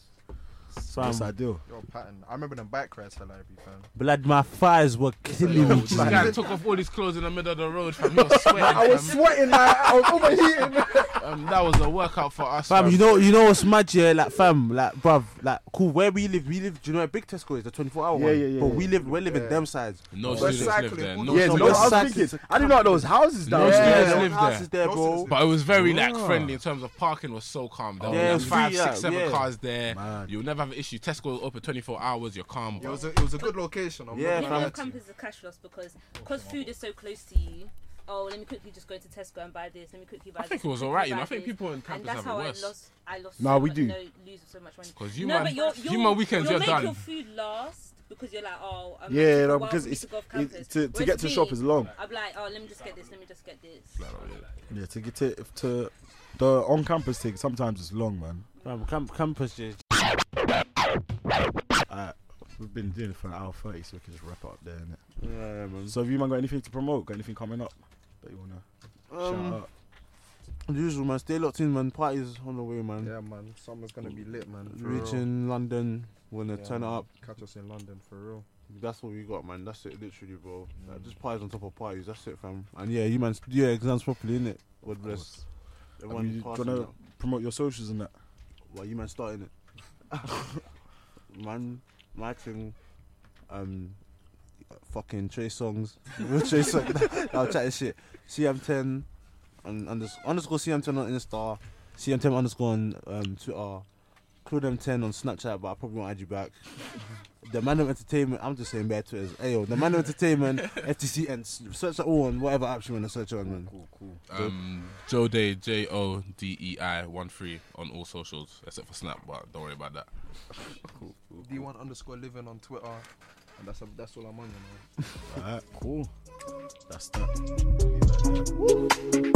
Fam.
Yes, I do.
Your pattern. I remember them bike rides at library, fam.
Blood, my thighs were killing me.
This guy took off all his clothes in the middle of the road, fam. He was sweating.
I was
fam.
sweating, like, I was overheating.
um, that was a workout for us, fam.
Fam, you know, you know what's mad, yeah? Like, fam, like, bruv, like, cool. Where we live, we live. Do you know where Big Tesco is? The 24 hour
Yeah,
one.
yeah, yeah,
But
yeah.
we live, we're living them sides.
No students live there. No
yeah,
students
no, I was
live
Exactly.
thinking. I didn't know those houses
No
down
students
there.
live
no houses
there.
there, bro.
But it was very like
Ah.
friendly in terms of parking was so calm. There
Yeah,
yeah,
it
was
was
like, five,
free,
six,
yeah,
seven
yeah.
cars there. You'll never have an issue. Tesco is open 24 hours. You're calm.
Yeah, it was a, it was a good location. I'm
Yeah,
not
It
gonna
all
lie to you.
encompasses the cash loss because because food is so close to you. Oh, let me quickly just go to Tesco and buy this. Let me quickly buy
I
this.
think it was
quickly
alright, you know.
buy
I think
this.
people in
And
campus
that's
have it
how I
worse.
lost. I lost.
Nah,
so
we
much,
do.
No, lose so much money.
'Cause you
no,
man-
but you're,
you
you're,
man weekends, you're
you'll make
done.
your food last because you're like, oh, I'm
Yeah,
yeah,
no,
because
because
it's to, go off
it's- it-
campus.
to- to
Whereas
get to
me,
shop is long.
I'm like, oh, let me just get this. Let me just get this.
Yeah, to get to, to the on campus thing, sometimes it's long, man.
Fam, camp, campus, yeah.
Alright, we've been doing it for an hour 30, so we can just wrap up there, innit?
Yeah, man.
So, have you man got anything to promote? Got anything coming up that you wanna
Um,
shout out?
As usual, man. Stay locked in, man. Parties on the way, man.
Yeah, man. Summer's gonna be lit, man. For real.
Reaching London. We're gonna
Yeah,
turn it
man.
up.
Catch us in London, for real.
That's what we got, man. That's it, literally, bro.
Mm.
Like, just parties on top of parties. That's it, fam. And yeah, you man, do your exams properly, innit? God bless.
I mean,
Everyone
you
passing
wanna-
now.
Promote your socials and that.
Well, you man starting it. man, my thing, um, fucking Trey songs. Real Trey songs. I'll chat this shit. CM10 and unders- underscore CM10 on Insta. CM10 underscore on um, Twitter. Clue them 10 on Snapchat, but I probably won't add you back. The Man of Entertainment, I'm just saying bad Twitters. Ayo, the Man of Entertainment, FTC, and s- search that all on whatever apps you want to search on, man.
Cool, cool.
Um, Joe Day, J O D E I one three on all socials except for Snap, but don't worry about that.
D1 underscore living on Twitter, and that's a, that's all I'm on, you know.
Alright, cool. That's that.